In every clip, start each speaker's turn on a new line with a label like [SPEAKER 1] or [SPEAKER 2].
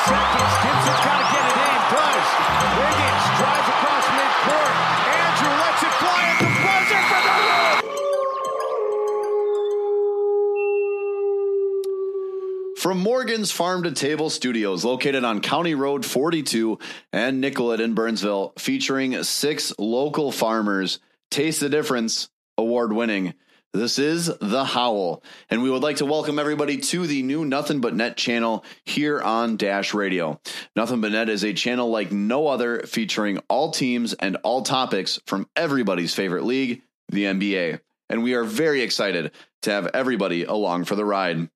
[SPEAKER 1] seconds. Gibson's got to get it in. Does. Wiggins drives across midcourt. Andrew lets it fly at the buzzer for the win.
[SPEAKER 2] From Morgan's Farm to Table Studios, located on County Road 42 and Nicollet in Burnsville, featuring six local farmers. Taste the difference, award winning. This is The Howl, and we would like to welcome everybody to the new Nothing But Net channel here on Dash Radio. Nothing But Net is a channel like no other, featuring all teams and all topics from everybody's favorite league, the NBA. And we are very excited to have everybody along for the ride.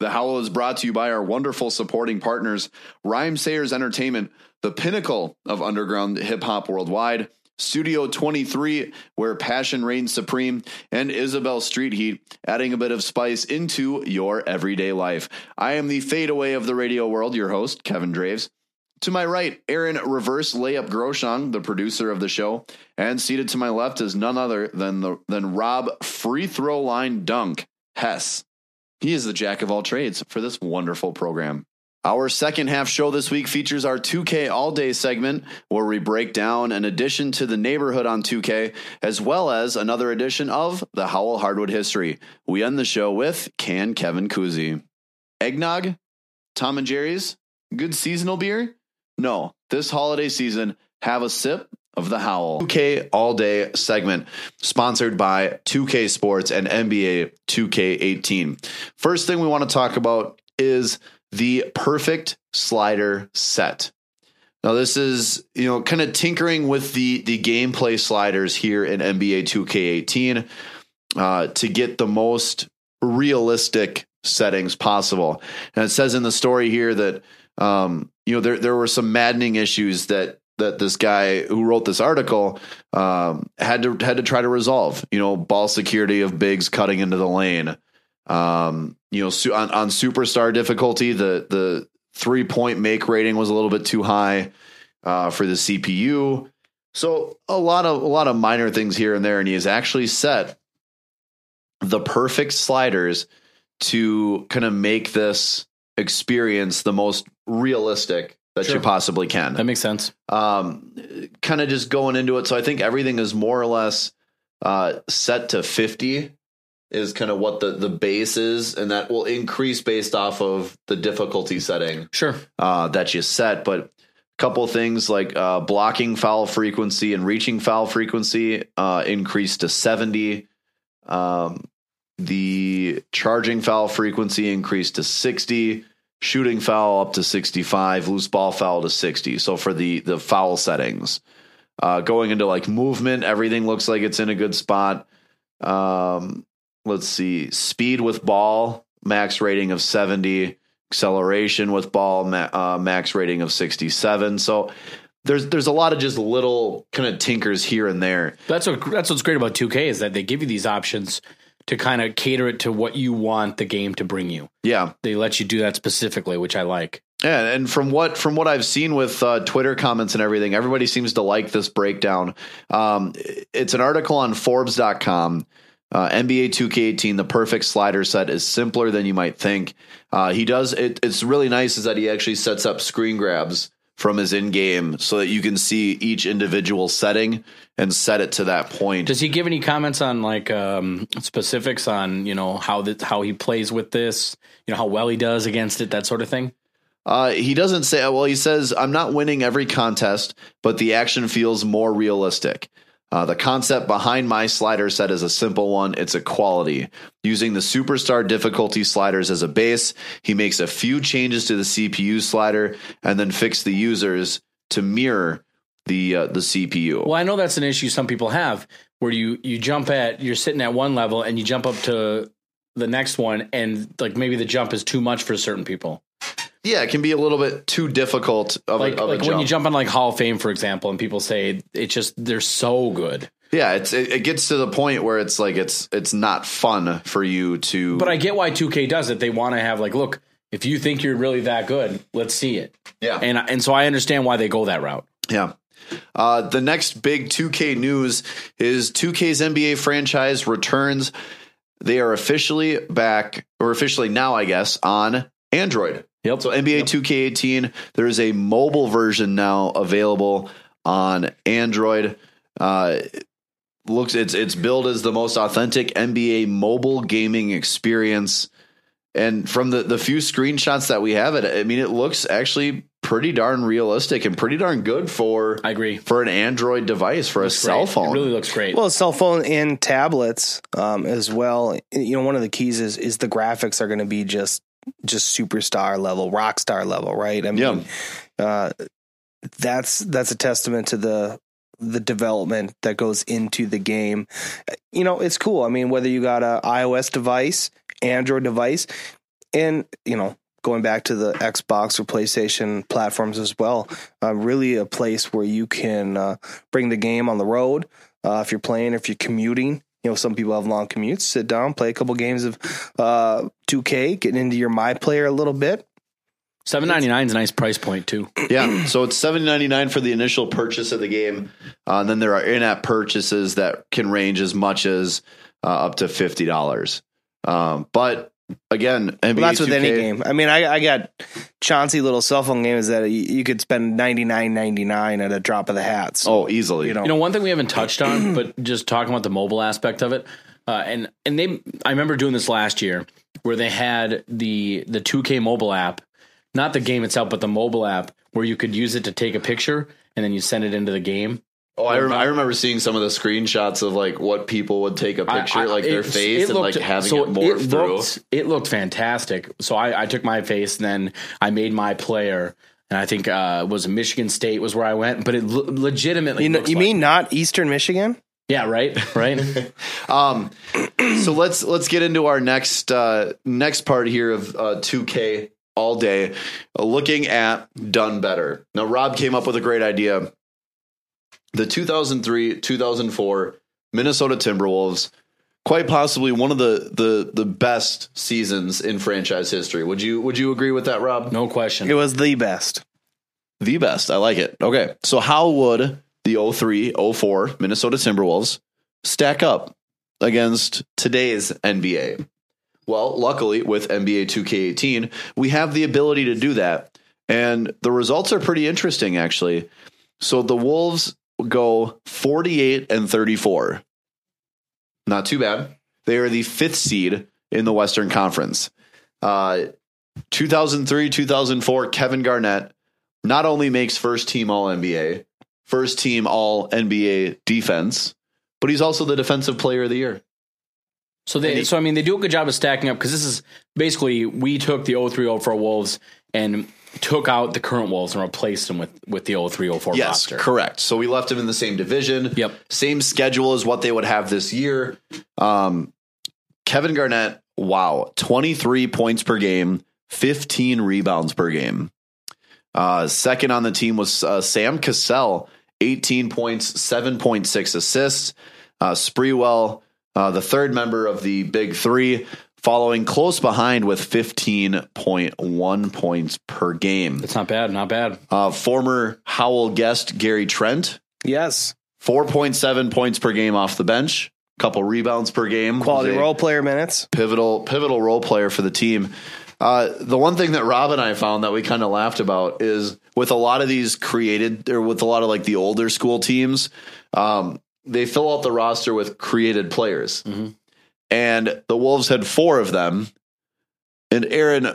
[SPEAKER 2] The Howl is brought to you by our wonderful supporting partners, Rhyme Sayers Entertainment, the pinnacle of underground hip hop worldwide, Studio 23, where passion reigns supreme, and Isabel Street Heat, adding a bit of spice into your everyday life. I am the fadeaway of the radio world, your host, Kevin Draves. To my right, Aaron Reverse Layup Groshong, the producer of the show, and seated to my left is none other than the than Rob Free Throw Line Dunk Hess. He is the jack of all trades for this wonderful program. Our second half show this week features our 2K All Day segment, where we break down an addition to the neighborhood on 2K, as well as another edition of the Howell Hardwood History. We end the show with Can Kevin Kuzi. Eggnog? Tom and Jerry's? Good seasonal beer? No, this holiday season, have a sip of the Howl. 2K All Day segment, sponsored by 2K Sports and NBA 2K18. First thing we want to talk about is the perfect slider set. Now this is you know kind of tinkering with the the gameplay sliders here in NBA 2K18 uh, to get the most realistic settings possible. And it says in the story here that um, you know there there were some maddening issues that that this guy who wrote this article um, had to had to try to resolve. You know, ball security of bigs cutting into the lane. Um, you know, su- on, on superstar difficulty, the the three point make rating was a little bit too high uh, for the CPU. So a lot of a lot of minor things here and there, and he has actually set the perfect sliders to kind of make this experience the most realistic that you possibly can.
[SPEAKER 3] That makes sense.
[SPEAKER 2] um, kind of just going into it. So I think everything is more or less uh, set to 50 is kind of what the, the base is, and that will increase based off of the difficulty setting
[SPEAKER 3] Sure.
[SPEAKER 2] uh, that you set. But a couple things like uh, blocking foul frequency and reaching foul frequency uh, increased to 70. Um, the charging foul frequency increased to 60. Shooting foul up to 65. Loose ball foul to 60. So for the the foul settings, uh, going into like movement, everything looks like it's in a good spot. Um, let's see, speed with ball, max rating of 70, acceleration with ball, ma- uh, max rating of 67. So there's there's a lot of just little kind of tinkers here and there.
[SPEAKER 3] That's what that's what's great about 2K is that they give you these options to kind of cater it to what you want the game to bring you.
[SPEAKER 2] Yeah,
[SPEAKER 3] They let you do that specifically, which I like.
[SPEAKER 2] Yeah, and from what from what I've seen with uh, Twitter comments and everything, everybody seems to like this breakdown. Um, it's an article on Forbes.com Uh, NBA 2K18, the perfect slider set is simpler than you might think. Uh, he does it. It's really nice is that he actually sets up screen grabs from his in-game so that you can see each individual setting and set it to that point.
[SPEAKER 3] Does he give any comments on like um, specifics on you know how that how he plays with this? You know how well he does against it, that sort of thing.
[SPEAKER 2] Uh, he doesn't say. Well, he says, "I'm not winning every contest, but the action feels more realistic." Uh, the concept behind my slider set is a simple one. It's equality. Using the superstar difficulty sliders as a base, he makes a few changes to the CPU slider and then fix the users to mirror the uh, the CPU.
[SPEAKER 3] Well, I know that's an issue some people have where you you jump at you're sitting at one level and you jump up to the next one and like maybe the jump is too much for certain people.
[SPEAKER 2] Yeah, it can be a little bit too difficult of
[SPEAKER 3] Like
[SPEAKER 2] a, of a
[SPEAKER 3] like when
[SPEAKER 2] jump.
[SPEAKER 3] you jump on like Hall of Fame for example and people say it's just they're so good.
[SPEAKER 2] yeah, it's it, it gets to the point where it's like it's it's not fun for you to.
[SPEAKER 3] But I get why 2K does it. They want to have like look, if you think you're really that good, let's see it.
[SPEAKER 2] yeah,
[SPEAKER 3] And and so I understand why they go that route.
[SPEAKER 2] Yeah. Uh, the next big 2K news is 2K's NBA franchise returns. They are officially back, or officially now, I guess, on Android.
[SPEAKER 3] Yep.
[SPEAKER 2] So NBA 2K18, there is a mobile version now available on Android. Uh, looks it's it's billed as the most authentic NBA mobile gaming experience. And from the the few screenshots that we have it, I mean, it looks actually pretty darn realistic and pretty darn good for
[SPEAKER 3] I agree.
[SPEAKER 2] for an Android device for a cell
[SPEAKER 3] Great.
[SPEAKER 2] phone.
[SPEAKER 3] It really looks great.
[SPEAKER 4] Well, cell phone and tablets um, as well. You know, one of the keys is is the graphics are going to be just just superstar level, rock star level, right? I
[SPEAKER 2] yeah,
[SPEAKER 4] mean, uh, that's that's a testament to the the development that goes into the game. You know, it's cool. I mean, whether you got a iOS device, Android device, and you know, going back to the Xbox or PlayStation platforms as well, uh, really a place where you can uh, bring the game on the road uh, if you're playing, if you're commuting. You know, some people have long commutes. Sit down, play a couple games of uh, 2K, get into your My Player a little bit.
[SPEAKER 3] Seven ninety nine is a nice price point too.
[SPEAKER 2] yeah. So it's seven ninety nine for the initial purchase of the game, uh, and then there are in app purchases that can range as much as uh, up to fifty dollars. Um, but again, NBA
[SPEAKER 4] Well, that's with any
[SPEAKER 2] 2K
[SPEAKER 4] game. I mean, I, I got Chauncey little cell phone games that you, you could spend ninety nine ninety nine at a drop of the hat. So
[SPEAKER 2] Oh, easily.
[SPEAKER 4] you
[SPEAKER 3] You know, one thing we haven't touched on, but just talking about the mobile aspect of it, uh, and and they, I remember doing this last year where they had the the 2K mobile app, not the game itself, but the mobile app where you could use it to take a picture and then you send it into the game.
[SPEAKER 2] Oh, I, rem- I remember seeing some of the screenshots of like what people would take a
[SPEAKER 3] I-
[SPEAKER 2] picture,
[SPEAKER 3] I-
[SPEAKER 2] like their
[SPEAKER 3] it-
[SPEAKER 2] face,
[SPEAKER 3] it
[SPEAKER 2] and like
[SPEAKER 3] looked-
[SPEAKER 2] having
[SPEAKER 3] so
[SPEAKER 2] it morph through.
[SPEAKER 3] Looked, it looked fantastic. So I, I took my face, and then I made my player, and I think uh, it was Michigan State was where I went, but it le- legitimately,
[SPEAKER 4] you, know,
[SPEAKER 3] looks
[SPEAKER 4] you
[SPEAKER 3] like-
[SPEAKER 4] mean not Eastern Michigan?
[SPEAKER 3] yeah, right, right.
[SPEAKER 2] Um, so let's let's get into our next uh, next part here of uh, 2K all day, uh, looking at done better. Now, Rob came up with a great idea. The 2003 2004 Minnesota Timberwolves, quite possibly one of the the the best seasons in franchise history. Would you would you agree with that, Rob?
[SPEAKER 3] no question.
[SPEAKER 4] It was the best.
[SPEAKER 2] The best. I like it. Okay. So how would the 03 04 Minnesota Timberwolves stack up against today's NBA? Well, luckily with NBA 2K18, we have the ability to do that. And the results are pretty interesting actually. So the Wolves go 48 and 34. Not too bad. They are the 5th seed in the Western Conference. Uh 2003 2004 Kevin Garnett not only makes first team All NBA, first team All NBA defense, but he's also the defensive player of the year.
[SPEAKER 3] So they, so I mean, they do a good job of stacking up because this is basically we took the 0304 Wolves and took out the current Wolves and replaced them with with the 0304
[SPEAKER 2] Yes,
[SPEAKER 3] roster.
[SPEAKER 2] correct. So we left him in the same division.
[SPEAKER 3] Yep.
[SPEAKER 2] Same schedule as what they would have this year. Um, Kevin Garnett, wow, 23 points per game, 15 rebounds per game. Uh, second on the team was uh, Sam Cassell, 18 points, 7.6 assists. Uh, Spreewell, uh, the third member of the Big Three, following close behind with 15.1 points per game
[SPEAKER 3] It's not bad, not bad.
[SPEAKER 2] uh, former Howell guest Gary Trent,
[SPEAKER 4] Yes,
[SPEAKER 2] 4.7 points per game off the bench, couple rebounds per game.
[SPEAKER 4] Quality
[SPEAKER 2] Was a
[SPEAKER 4] role player minutes.
[SPEAKER 2] pivotal pivotal role player for the team. Uh, the one thing that Rob and I found that we kind of laughed about is with a lot of these created or with a lot of like the older school teams, um, they fill out the roster with created players,
[SPEAKER 4] Mm-hmm.
[SPEAKER 2] and the Wolves had four of them. And Aaron,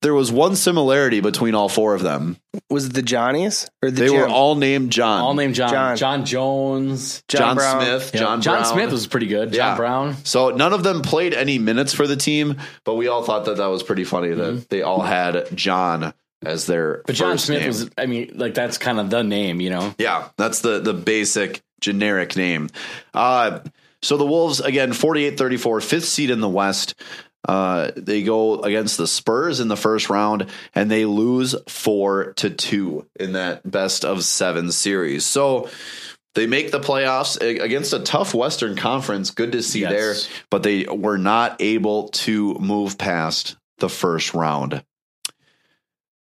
[SPEAKER 2] there was one similarity between all four of them.
[SPEAKER 4] Was it the Johnnies or the
[SPEAKER 2] they were
[SPEAKER 4] Jim?
[SPEAKER 2] all named John.
[SPEAKER 3] All named John.
[SPEAKER 4] John.
[SPEAKER 3] John, Jones.
[SPEAKER 2] John,
[SPEAKER 4] Brown.
[SPEAKER 2] Smith.
[SPEAKER 3] Yeah.
[SPEAKER 2] John, Brown.
[SPEAKER 3] Smith was pretty good. John
[SPEAKER 2] Yeah.
[SPEAKER 3] Brown.
[SPEAKER 2] So none of them played any minutes for the team, but we all thought that that was pretty funny that they all had John as their.
[SPEAKER 3] Mm-hmm. But John
[SPEAKER 2] first
[SPEAKER 3] Smith
[SPEAKER 2] name.
[SPEAKER 3] was, I mean, like that's kind of the name, you know?
[SPEAKER 2] Yeah, that's the the basic generic name. Uh, so the Wolves again 48-34, fifth seed in the West. Uh, they go against the Spurs in the first round and they lose 4 to 2 in that best of 7 series. So they make the playoffs a- against a tough Western Conference. Good to see
[SPEAKER 3] Yes.
[SPEAKER 2] there, but they were not able to move past the first round.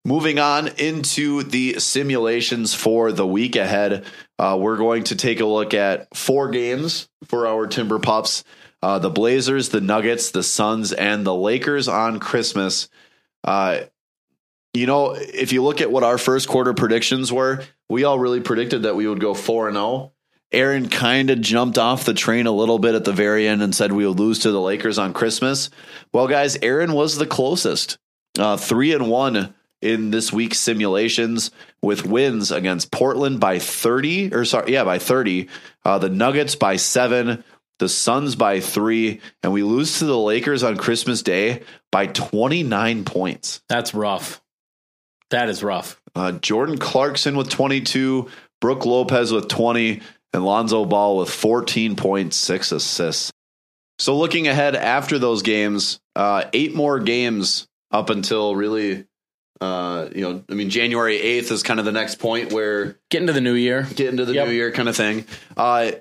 [SPEAKER 2] Moving on into the simulations for the week ahead, uh, we're going to take a look at four games for our Timber Pups uh, the Blazers, the Nuggets, the Suns, and the Lakers on Christmas. Uh, you know, if you look at what our first quarter predictions were, we all really predicted that we would go 4 and 0. Aaron kind of jumped off the train a little bit at the very end and said we would lose to the Lakers on Christmas. Well, guys, Aaron was the closest. Uh, 3 and 1 in this week's simulations with wins against Portland by 30 or sorry, yeah, by 30, uh, the Nuggets by 7, the Suns by 3, and we lose to the Lakers on Christmas Day by 29 points.
[SPEAKER 3] That's rough. That is rough.
[SPEAKER 2] Uh, Jordan Clarkson with 22, Brooke Lopez with 20, and Lonzo Ball with 14.6 assists. So looking ahead after those games, uh, eight more games up until really, uh, you know, I mean, January 8th is kind of the next point where
[SPEAKER 3] Get into the new year.
[SPEAKER 2] get into the
[SPEAKER 3] Yep.
[SPEAKER 2] new year kind of thing. Uh,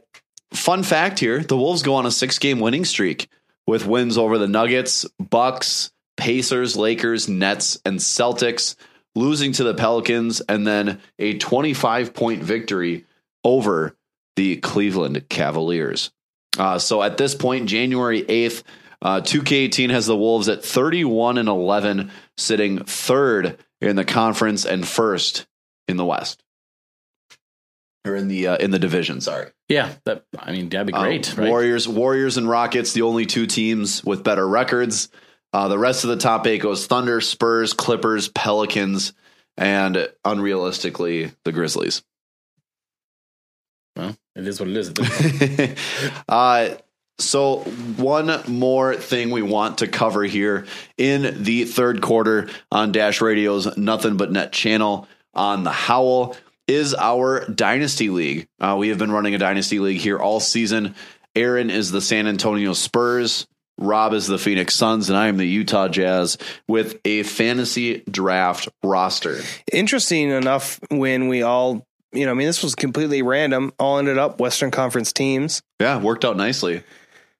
[SPEAKER 2] fun fact here: the Wolves go on a six-game winning streak with wins over the Nuggets, Bucks, Pacers, Lakers, Nets, and Celtics, losing to the Pelicans, and then a 25-point victory over the Cleveland Cavaliers. Uh, so at this point, January 8th, uh, 2K18 has the Wolves at 31 and 11, sitting third in the conference and first in the West or in the uh, in the division. Sorry,
[SPEAKER 3] Yeah. That, I mean, that'd be
[SPEAKER 2] Uh,
[SPEAKER 3] great. right?
[SPEAKER 2] Warriors, Warriors, and Rockets, the only two teams with better records. Uh, the rest of the top eight goes Thunder, Spurs, Clippers, Pelicans, and unrealistically the Grizzlies.
[SPEAKER 3] Well, it is what it is.
[SPEAKER 2] uh, so, one more thing we want to cover here in the third quarter on Dash Radio's Nothing But Net channel on the Howl is our Dynasty League. Uh, we have been running a Dynasty League here all season. Aaron is the San Antonio Spurs. Rob is the Phoenix Suns, and I am the Utah Jazz with a fantasy draft roster.
[SPEAKER 4] Interesting enough, when we all, you know, I mean, this was completely random. All ended up Western Conference teams.
[SPEAKER 2] Yeah, worked out nicely.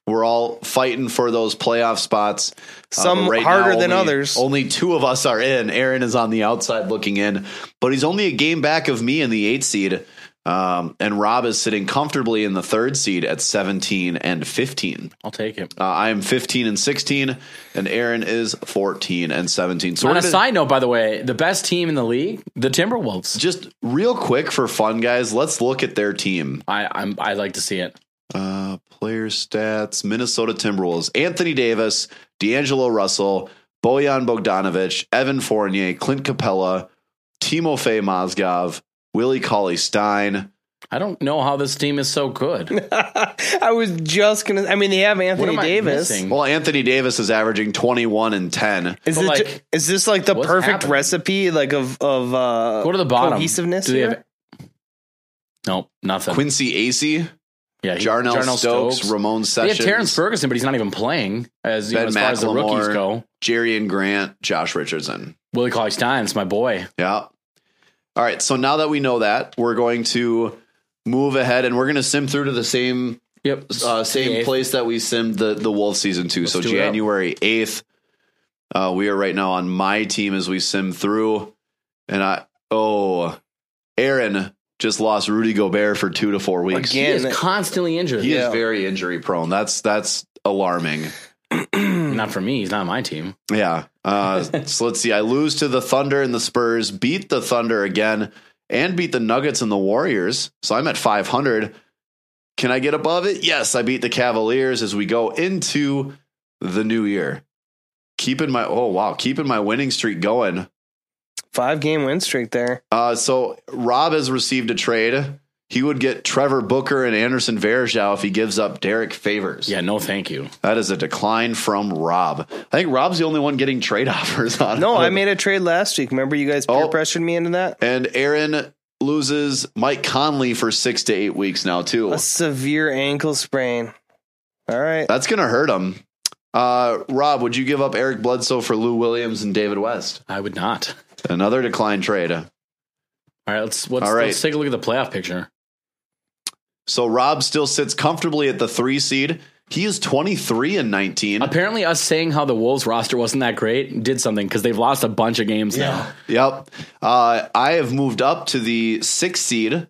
[SPEAKER 2] We're all fighting for those playoff spots. Uh,
[SPEAKER 4] Some
[SPEAKER 2] but
[SPEAKER 4] harder
[SPEAKER 2] now
[SPEAKER 4] than
[SPEAKER 2] only-
[SPEAKER 4] others.
[SPEAKER 2] Only two of us are in. Aaron is on the outside looking in, but he's only a game back of me in the eight seed. Um, and Rob is sitting comfortably in the third seed at 17 and 15.
[SPEAKER 3] I'll take it.
[SPEAKER 2] Uh, I am 15 and 16, and Aaron is 14 and 17. So
[SPEAKER 3] On
[SPEAKER 2] we're
[SPEAKER 3] a
[SPEAKER 2] gonna-
[SPEAKER 3] side note, by the way, the best team in the league, the Timberwolves.
[SPEAKER 2] just real quick for fun, guys, let's look at their team.
[SPEAKER 3] I I'm, I like to see it.
[SPEAKER 2] Uh, player stats: Minnesota Timberwolves, Anthony Davis, D'Angelo Russell, Bojan Bogdanovic, Evan Fournier, Clint Capella, Timofey Mozgov, Willie Cauley Stein.
[SPEAKER 3] I don't know how this team is so good.
[SPEAKER 4] I was just gonna. I mean, they have
[SPEAKER 3] What
[SPEAKER 4] Anthony
[SPEAKER 3] am I
[SPEAKER 4] Davis.
[SPEAKER 3] missing?
[SPEAKER 2] Well, Anthony Davis is averaging twenty-one and ten.
[SPEAKER 4] Is
[SPEAKER 3] But,
[SPEAKER 4] this,
[SPEAKER 3] like,
[SPEAKER 4] ju- is this like the
[SPEAKER 3] what's
[SPEAKER 4] perfect
[SPEAKER 3] happening?
[SPEAKER 4] recipe, like of of uh,
[SPEAKER 3] Go to the bottom.
[SPEAKER 4] cohesiveness?
[SPEAKER 3] Do they
[SPEAKER 4] here?
[SPEAKER 3] have? Nope, nothing.
[SPEAKER 2] Quincy Acey,
[SPEAKER 3] yeah, he-
[SPEAKER 2] Jarnell, Stokes, Ramon
[SPEAKER 3] They
[SPEAKER 2] Sessions,
[SPEAKER 3] have Terrence Ferguson, but he's not even playing as, you know,
[SPEAKER 2] Ben
[SPEAKER 3] as far as the rookies
[SPEAKER 2] McLemore.
[SPEAKER 3] go.
[SPEAKER 2] Jerry and Grant, Josh Richardson.
[SPEAKER 3] Willie Cauley Stein's my boy.
[SPEAKER 2] Yeah. All right. So now that we know that, we're going to move ahead and we're going to sim through to the same
[SPEAKER 3] Yep,
[SPEAKER 2] uh, same place that we simmed the the Wolf season 2 so
[SPEAKER 3] do it up.
[SPEAKER 2] January eighth, uh, we are right now on my team as we sim through, and I oh, Aaron just lost Rudy Gobert for two to four weeks.
[SPEAKER 3] He
[SPEAKER 4] Again,
[SPEAKER 3] is constantly injured.
[SPEAKER 2] He
[SPEAKER 4] Yeah.
[SPEAKER 2] is very injury prone. That's that's alarming. Mm-hmm.
[SPEAKER 3] Not for me. He's not on my team.
[SPEAKER 2] Yeah. Uh, so let's see. I lose to the Thunder and the Spurs, beat the Thunder again, and beat the Nuggets and the Warriors. So I'm at 500. Can I get above it? Yes. I beat the Cavaliers as we go into the new year. Keeping my oh wow, keeping my winning streak going.
[SPEAKER 4] five game win streak there.
[SPEAKER 2] Uh, so Rob has received a trade. He would get Trevor Booker and Anderson Varejao if he gives up Derek Favors.
[SPEAKER 3] Yeah, no, thank you.
[SPEAKER 2] That is a decline from Rob. I think Rob's the only one getting trade offers on.
[SPEAKER 4] No, I
[SPEAKER 2] mean.
[SPEAKER 4] made a trade last week. Remember you guys peer
[SPEAKER 2] Oh.
[SPEAKER 4] pressured me into that?
[SPEAKER 2] And Aaron loses Mike Conley for six to eight weeks now, too.
[SPEAKER 4] A severe ankle sprain. All right.
[SPEAKER 2] That's going to hurt him. Uh, Rob, would you give up Eric Bledsoe for Lou Williams and David West?
[SPEAKER 3] I would not.
[SPEAKER 2] Another decline trade.
[SPEAKER 3] All right, let's let's,
[SPEAKER 2] All right.
[SPEAKER 3] let's take a look at the playoff picture.
[SPEAKER 2] So Rob still sits comfortably at the three seed. He is 23 and 19.
[SPEAKER 3] Apparently, us saying how the Wolves roster wasn't that great did something because they've lost a bunch of games now.
[SPEAKER 2] Yep. Uh, I have moved up to the sixth seed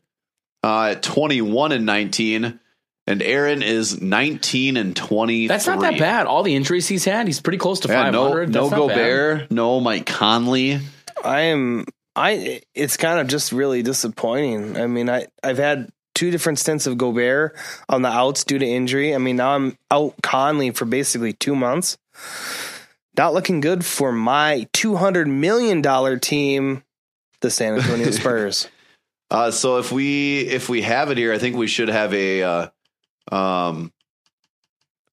[SPEAKER 2] uh, at 21 and 19. And Aaron is 19 and 20.
[SPEAKER 3] That's not that bad. All the injuries he's had, he's pretty close to
[SPEAKER 2] Yeah,
[SPEAKER 3] five
[SPEAKER 2] no,
[SPEAKER 3] hundred.
[SPEAKER 2] no
[SPEAKER 3] go
[SPEAKER 2] Gobert, no Mike Conley.
[SPEAKER 4] I am I it's kind of just really disappointing. I mean, I I've had two different stints of Gobert on the outs due to injury. I mean, now I'm out Conley for basically 2 months. Not looking good for my 200 million dollar team, the San Antonio Spurs.
[SPEAKER 2] Uh, so if we if we have it here, I think we should have a uh, um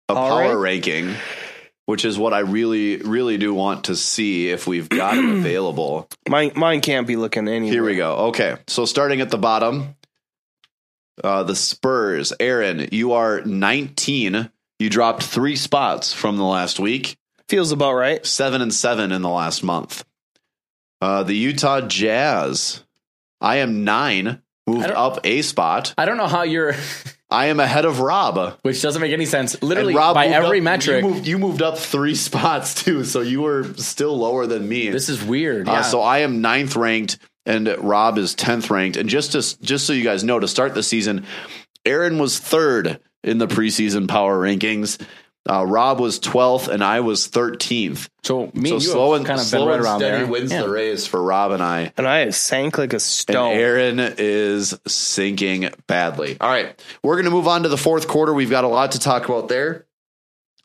[SPEAKER 2] a
[SPEAKER 4] All
[SPEAKER 2] power
[SPEAKER 4] right.
[SPEAKER 2] ranking, which is what I really really do want to see if we've got it available.
[SPEAKER 4] mine mine can't be looking anywhere.
[SPEAKER 2] Here we go. Okay, so starting at the bottom, uh, the Spurs. Aaron, you are nineteen. You dropped three spots from the last week.
[SPEAKER 4] Feels about right.
[SPEAKER 2] seven and seven in the last month. Uh, the Utah Jazz. I am nine, moved
[SPEAKER 3] I don't-
[SPEAKER 2] up a spot.
[SPEAKER 3] I don't know how you're,
[SPEAKER 2] I am ahead of Rob. Uh,
[SPEAKER 3] which doesn't make any sense.
[SPEAKER 2] And
[SPEAKER 3] Literally
[SPEAKER 2] Rob
[SPEAKER 3] by
[SPEAKER 2] moved
[SPEAKER 3] every
[SPEAKER 2] up-
[SPEAKER 3] metric,
[SPEAKER 2] you moved, you moved up three spots too, so you were still lower than me.
[SPEAKER 3] this is weird.
[SPEAKER 2] Uh,
[SPEAKER 3] yeah.
[SPEAKER 2] so I am ninth ranked, and Rob is tenth ranked. And just to, just so you guys know, to start the season, Aaron was third in the preseason power rankings. Uh, Rob was twelfth, and I was thirteenth.
[SPEAKER 3] So me
[SPEAKER 2] So
[SPEAKER 3] and you
[SPEAKER 2] slow
[SPEAKER 3] have
[SPEAKER 2] and
[SPEAKER 3] kind of
[SPEAKER 2] slow
[SPEAKER 3] been right
[SPEAKER 2] and
[SPEAKER 3] around
[SPEAKER 2] steady
[SPEAKER 3] there.
[SPEAKER 2] wins
[SPEAKER 3] Yeah.
[SPEAKER 2] the race for Rob and I.
[SPEAKER 4] And I sank like a
[SPEAKER 2] And
[SPEAKER 4] stone.
[SPEAKER 2] Aaron is sinking badly. All right, we're going to move on to the fourth quarter. We've got a lot to talk about there.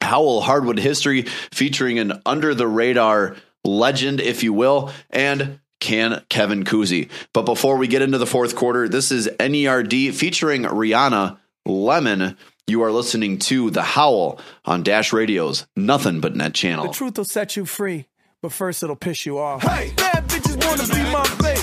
[SPEAKER 2] Howell Hardwood history featuring an under the radar legend, if you will, and can Kevin Kuzi. But before we get into the fourth quarter, this is NERD featuring Rihanna Lemon. You are listening to The Howl on Dash Radio's Nothing But Net Channel.
[SPEAKER 5] The truth will set you free, but first it'll piss you off. Hey, bad bitches wanna be my babe.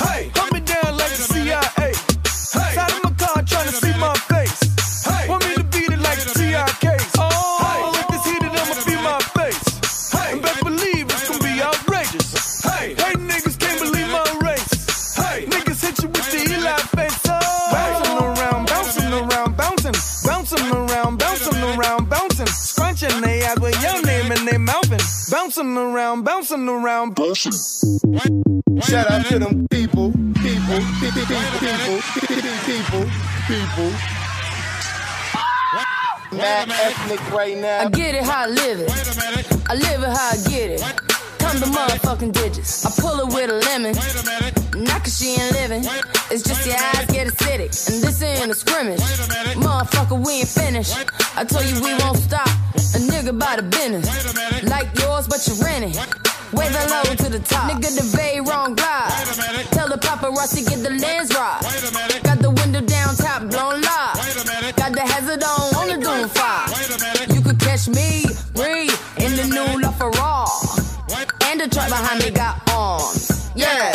[SPEAKER 5] Hey, hold me down like the CIA. Hey, side of my car trying to see my face. Hey, want me to beat it like the TIKs. Oh, hey, if it's heated, I'ma be my face. Hey, and best believe it's gonna be outrageous. Hey, hey niggas can't believe my race. Hey, niggas hit you with the Eli face. Oh, bouncing around, bouncing around, bouncing, bouncing around, bouncing around, bouncing, scrunching they eyes with your name in their mouth and bouncing around, bouncing around,
[SPEAKER 6] Shout out to them people, people, pe- pe- pe- people, pe- pe- pe- people, people. Mad ethnic right
[SPEAKER 7] I
[SPEAKER 6] now.
[SPEAKER 7] get it how I live it. I live it how I get it. Come to motherfucking digits. I pull it with a lemon. Not cause she ain't living. It's just your eyes get acidic. And this ain't a scrimmage. Motherfucker, we ain't finished. I told you we won't stop. A nigga by the business. Like yours, but you rent it. Wave it low to the top. Nigga, the bay wrong glide. Tell the paparazzi get the lens right. Got the window down, top blown live. Got the hazard on, on the doom fire. You could catch me, Bree, in the new LaFerrari. And the truck behind me got arms. Yeah,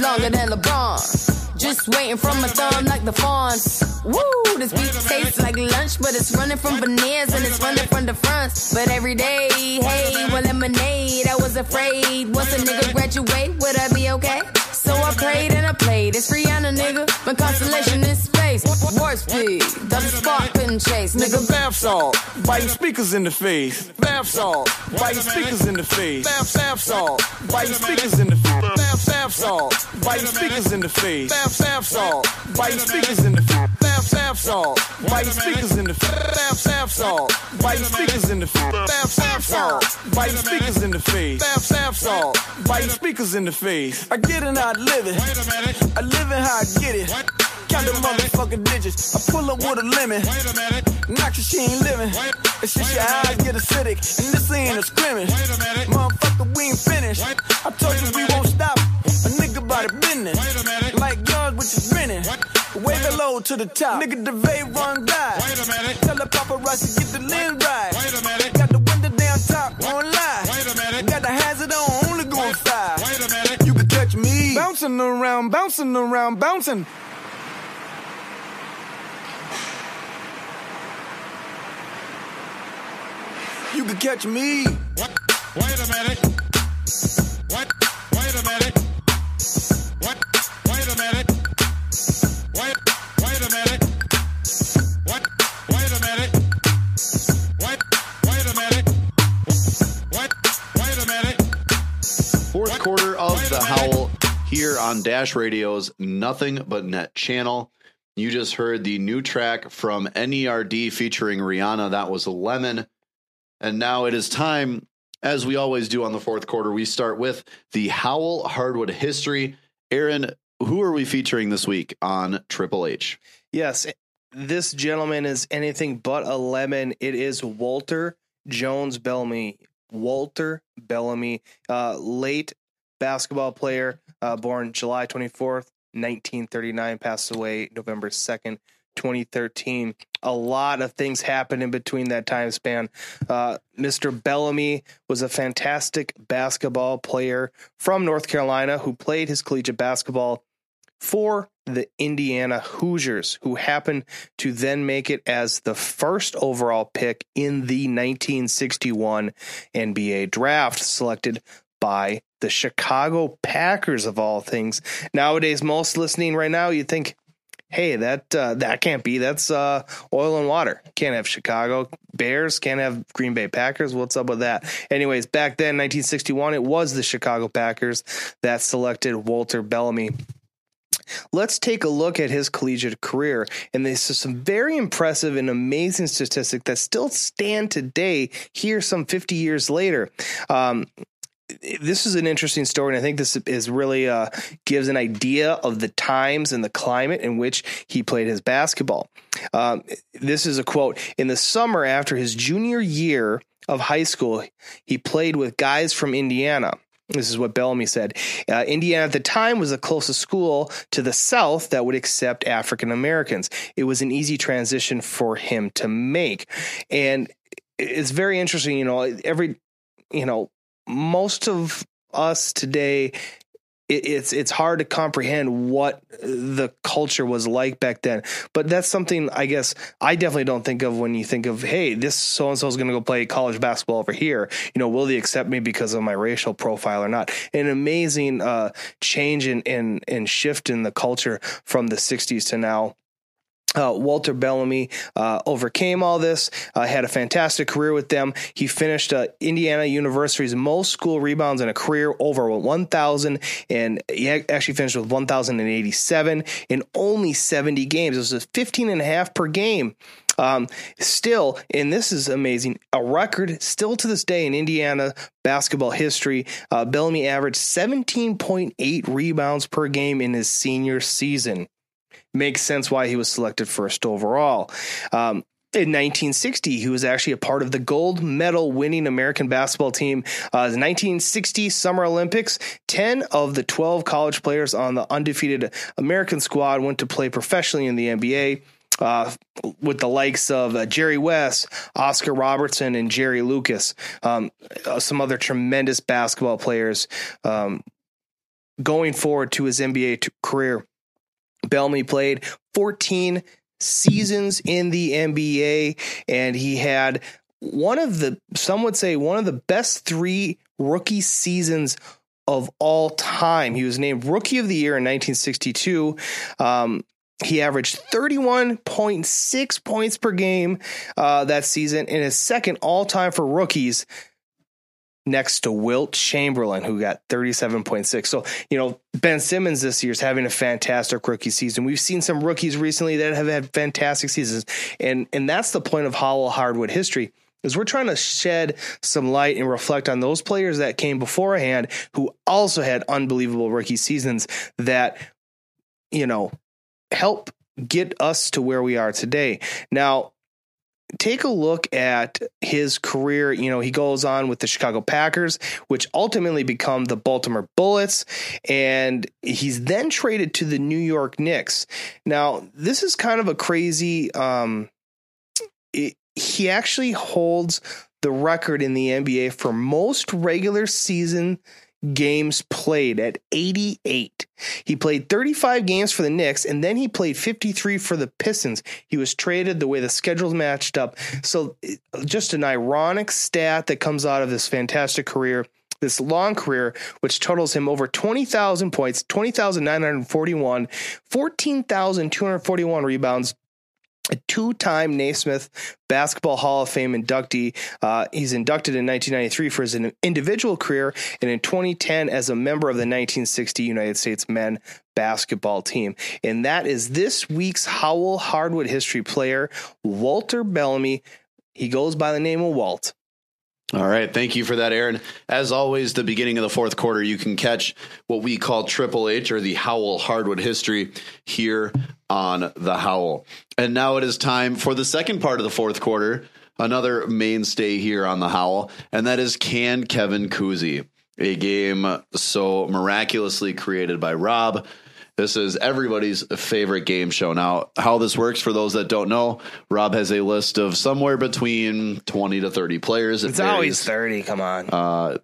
[SPEAKER 7] longer than LeBron. Just waiting for my thumb like the fawns. Woo, this beat tastes like lunch, but it's running from veneers and it's running from the fronts. But every day, hey, well, lemonade, I was afraid. Once a nigga graduate, would I be okay? So I prayed and I played. It's Rihanna, nigga. My constellation is space. War speed, double spark, couldn't chase. Nigga,
[SPEAKER 5] Nigga, bath salt, biting speakers in the face. Bath salt, biting speakers in the face. Bath, bath salt, biting speakers in the face. Bath fab song, biting speakers in the face. Fab fab song, biting speakers in the face. Fab fab song, biting speakers in the face. Fab fab song, biting speakers in the face. Fab fab song, biting speakers in the face. Fab fab song, biting speakers in the face. I get it, I live it. I live it how I get it. Count the motherfucking digits. I pull up with a lemon. Knock your she ain't living. It's just your eyes get acidic. And this ain't a scrimmage. Motherfucker, we ain't finished. I told you we won't stop. A nigga by the business. Like yours, which is renting. Way below to the top. Nigga, the bay run die. Tell the paparazzi get the lens right. Got the window down top, won't lie. Got the hazard on, only going five. You can touch me. Bouncing around, bouncing around, bouncing. You can catch me. What? Wait a minute. What? Wait a minute. What? Wait a minute. Wait. Wait a minute. What? Wait a minute. What? Wait a minute. What? Wait a minute.
[SPEAKER 2] Fourth quarter of the Howl here on Dash Radio's Nothing But Net channel. You just heard the new track from NERD featuring Rihanna. That was Lemon. And now it is time, as we always do on the fourth quarter, we start with the Howl Hardwood history. Aaron, who are we featuring this week on Triple H?
[SPEAKER 4] Yes, this gentleman is anything but a lemon. It is Walter Jones Bellamy. Walter Bellamy, uh, late basketball player, uh, born July 24th, 1939, passed away November 2nd, 2013. A lot of things happened in between that time span. Uh, Mr. Bellamy was a fantastic basketball player from North Carolina who played his collegiate basketball for the Indiana Hoosiers, who happened to then make it as the first overall pick in the 1961 NBA draft, selected by the Chicago Packers of all things. Nowadays, most listening right now, you think, hey, that uh, that can't be. That's uh, oil and water. Can't have Chicago Bears. Can't have Green Bay Packers. What's up with that? Anyways, back then, 1961, it was the Chicago Packers that selected Walter Bellamy. Let's take a look at his collegiate career. And this is some very impressive and amazing statistic that still stand today here some 50 years later. Um, this is an interesting story, and I think this is really uh, gives an idea of the times and the climate in which he played his basketball. Um, this is a quote: "In the summer after his junior year of high school, he played with guys from Indiana." This is what Bellamy said. Uh, Indiana at the time was the closest school to the South that would accept African Americans. It was an easy transition for him to make, and it's very interesting. You know, every you know most of us today it, it's it's hard to comprehend what the culture was like back then but that's something i guess i definitely don't think of when you think of hey this so and so is going to go play college basketball over here you know will they accept me because of my racial profile or not an amazing uh change in in and shift in the culture from the 60s to now uh, Walter Bellamy uh, overcame all this, uh, had a fantastic career with them. He finished uh, Indiana University's most school rebounds in a career over 1,000, and he ac- actually finished with 1,087 in only 70 games. It was a 15 and a half per game. Um, still, and this is amazing, a record still to this day in Indiana basketball history. Uh, Bellamy averaged 17.8 rebounds per game in his senior season makes sense why he was selected first overall. Um, in 1960, he was actually a part of the gold medal winning American basketball team. Uh, the 1960 Summer Olympics, 10 of the 12 college players on the undefeated American squad went to play professionally in the NBA. Uh, with the likes of uh, Jerry West, Oscar Robertson, and Jerry Lucas, um, some other tremendous basketball players um, going forward to his NBA t- career. Bellamy played 14 seasons in the NBA, and he had one of the, some would say, one of the best three rookie seasons of all time. He was named Rookie of the Year in 1962. Um, he averaged 31.6 points per game uh, that season and his second all time for rookies next to Wilt Chamberlain, who got 37.6. So, you know, Ben Simmons this year is having a fantastic rookie season. We've seen some rookies recently that have had fantastic seasons. And and that's the point of Hollow Hardwood history. Is we're trying to shed some light and reflect on those players that came beforehand who also had unbelievable rookie seasons that, you know, help get us to where we are today. Now, take a look at his career. You know, he goes on with the Chicago Packers, which ultimately become the Baltimore Bullets, and he's then traded to the New York Knicks. Now, this is kind of a crazy. Um, it, he actually holds the record in the NBA for most regular season games played at 88. He played 35 games for the Knicks and then he played 53 for the Pistons. He was traded the way the schedules matched up. So, just an ironic stat that comes out of this fantastic career. This long career, which totals him over 20,000 points, 20,941, 14,241 rebounds, a two-time Naismith Basketball Hall of Fame inductee. Uh, he's inducted in 1993 for his individual career, and in 2010 as a member of the 1960 United States Men Basketball Team. And that is this week's Howell Hardwood History player, Walter Bellamy. He goes by the name of Walt.
[SPEAKER 2] All right. Thank you for that, Aaron. As always, the beginning of the fourth quarter, you can catch what we call Triple H or the Howell Hardwood history here on The Howl. And now it is time for the second part of the fourth quarter, another mainstay here on The Howl, and that is Can Kevin Kuzi, a game so miraculously created by Rob. This is everybody's favorite game show. Now, how this works for those that don't know, Rob has a list of somewhere between 20 to 30 players. It
[SPEAKER 4] It's always 30. Come on.
[SPEAKER 2] uh,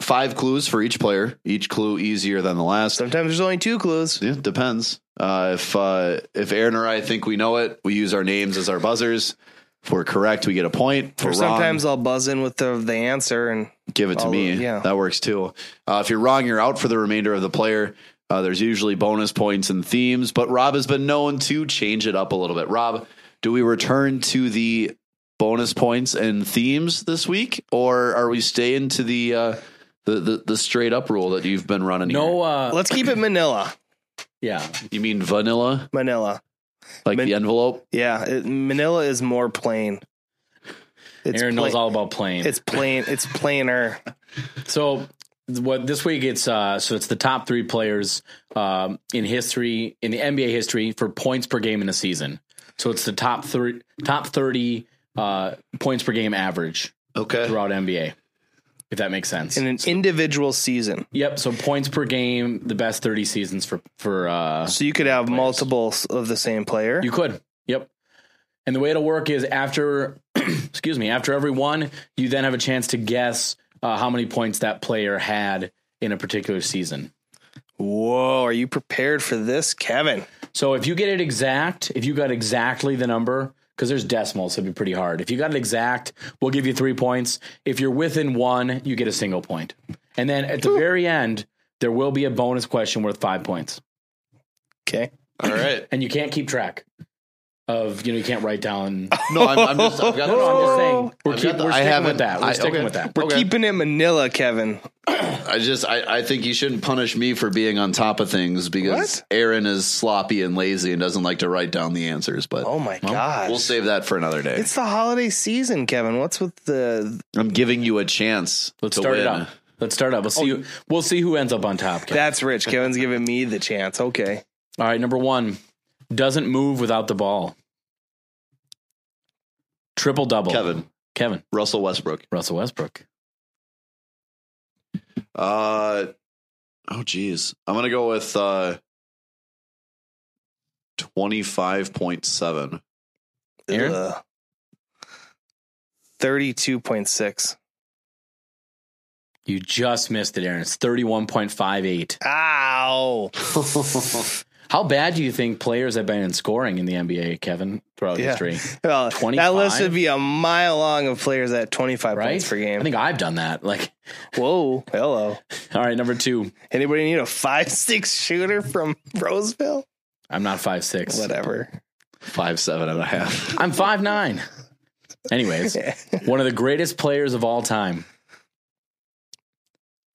[SPEAKER 2] five clues for each player. Each clue easier than the last.
[SPEAKER 4] Sometimes there's only two clues.
[SPEAKER 2] Yeah, depends. Uh, if uh, if Aaron or I think we know it, we use our names as our buzzers. If we're correct, we get a point. If
[SPEAKER 4] Or
[SPEAKER 2] we're
[SPEAKER 4] sometimes I'll buzz in with the, the answer and
[SPEAKER 2] wrong, give it to
[SPEAKER 4] I'll-
[SPEAKER 2] me.
[SPEAKER 4] yeah.
[SPEAKER 2] that works too. Uh, if you're wrong, you're out for the remainder of the player. Uh, there's usually bonus points and themes, but Rob has been known to change it up a little bit. Rob, do we return to the bonus points and themes this week, or are we staying to the uh, the, the the straight up rule that you've been running?
[SPEAKER 3] No, uh,
[SPEAKER 4] let's keep it Manila.
[SPEAKER 3] yeah.
[SPEAKER 2] here? you mean vanilla,
[SPEAKER 4] Manila.
[SPEAKER 2] like the envelope?
[SPEAKER 4] Yeah, it, Manila is more plain. It's
[SPEAKER 3] Aaron knows
[SPEAKER 4] plain-
[SPEAKER 3] all about playing.
[SPEAKER 4] It's plain. It's plainer.
[SPEAKER 3] So what this week it's uh so it's the top three players um in history in the NBA history for points per game in a season. So it's the top three top thirty uh points per game average
[SPEAKER 2] Okay.
[SPEAKER 3] throughout NBA. If that makes sense.
[SPEAKER 4] in an individual season.
[SPEAKER 3] yep, so points per game, the best thirty seasons for for uh
[SPEAKER 4] So you could have multiples of the same player.
[SPEAKER 3] You could. Yep. And the way it'll work is after, excuse me, after every one, you then have a chance to guess uh, how many points that player had in a particular season.
[SPEAKER 4] Whoa, are you prepared for this, Kevin?
[SPEAKER 3] So if you get it exact, if you got exactly the number, because there's decimals, it'd be pretty hard. If you got it exact, we'll give you three points. If you're within one, you get a single point. And then at the very end, there will be a bonus question worth five points.
[SPEAKER 4] Okay.
[SPEAKER 2] All right.
[SPEAKER 3] And you can't keep track of, you know, you can't write down.
[SPEAKER 2] No, I'm, I'm just. I've got
[SPEAKER 3] No, no, I'm just saying. We're,
[SPEAKER 2] I've
[SPEAKER 3] keep,
[SPEAKER 2] got the-
[SPEAKER 3] we're
[SPEAKER 2] I
[SPEAKER 3] sticking
[SPEAKER 2] haven't-
[SPEAKER 3] with that. We're
[SPEAKER 2] I-
[SPEAKER 3] sticking
[SPEAKER 2] okay.
[SPEAKER 3] with that.
[SPEAKER 4] We're
[SPEAKER 2] Okay.
[SPEAKER 4] keeping it Manila, Kevin.
[SPEAKER 2] I just. I, I think you shouldn't punish me for being on top of things because Aaron is sloppy and lazy and doesn't like to write down the answers. But
[SPEAKER 4] Oh my God.
[SPEAKER 2] we'll save that for another day.
[SPEAKER 4] it's the holiday season, Kevin. What's with the
[SPEAKER 2] I'm giving you a chance.
[SPEAKER 3] Let's
[SPEAKER 2] to
[SPEAKER 3] start it
[SPEAKER 2] win.
[SPEAKER 3] up. Let's start up. We'll see. who, we'll see who ends up on top. Kev.
[SPEAKER 4] That's rich. Kevin's giving me the chance. Okay.
[SPEAKER 3] All right, number one doesn't move without the ball. Triple double.
[SPEAKER 2] Kevin
[SPEAKER 3] Kevin.
[SPEAKER 2] Russell Westbrook.
[SPEAKER 3] Russell Westbrook.
[SPEAKER 2] Uh oh, geez. I'm gonna go with uh twenty five point seven.
[SPEAKER 3] Aaron?
[SPEAKER 4] Ugh. 32.6.
[SPEAKER 3] You just missed it, Aaron. It's thirty-one point five eight.
[SPEAKER 4] Ow.
[SPEAKER 3] How bad do you think players have been in scoring in the NBA, Kevin, throughout
[SPEAKER 4] Yeah.
[SPEAKER 3] history?
[SPEAKER 4] Well, that
[SPEAKER 3] 25?
[SPEAKER 4] list would be a mile long of players at 25
[SPEAKER 3] Right?
[SPEAKER 4] points per game.
[SPEAKER 3] I think I've done that. Like,
[SPEAKER 4] Whoa. Hello.
[SPEAKER 3] all right, number two.
[SPEAKER 4] Anybody need a five six shooter from Roseville?
[SPEAKER 3] I'm not five six.
[SPEAKER 4] Whatever.
[SPEAKER 2] Five seven and a half.
[SPEAKER 3] I'm five nine. Anyways, one of the greatest players of all time.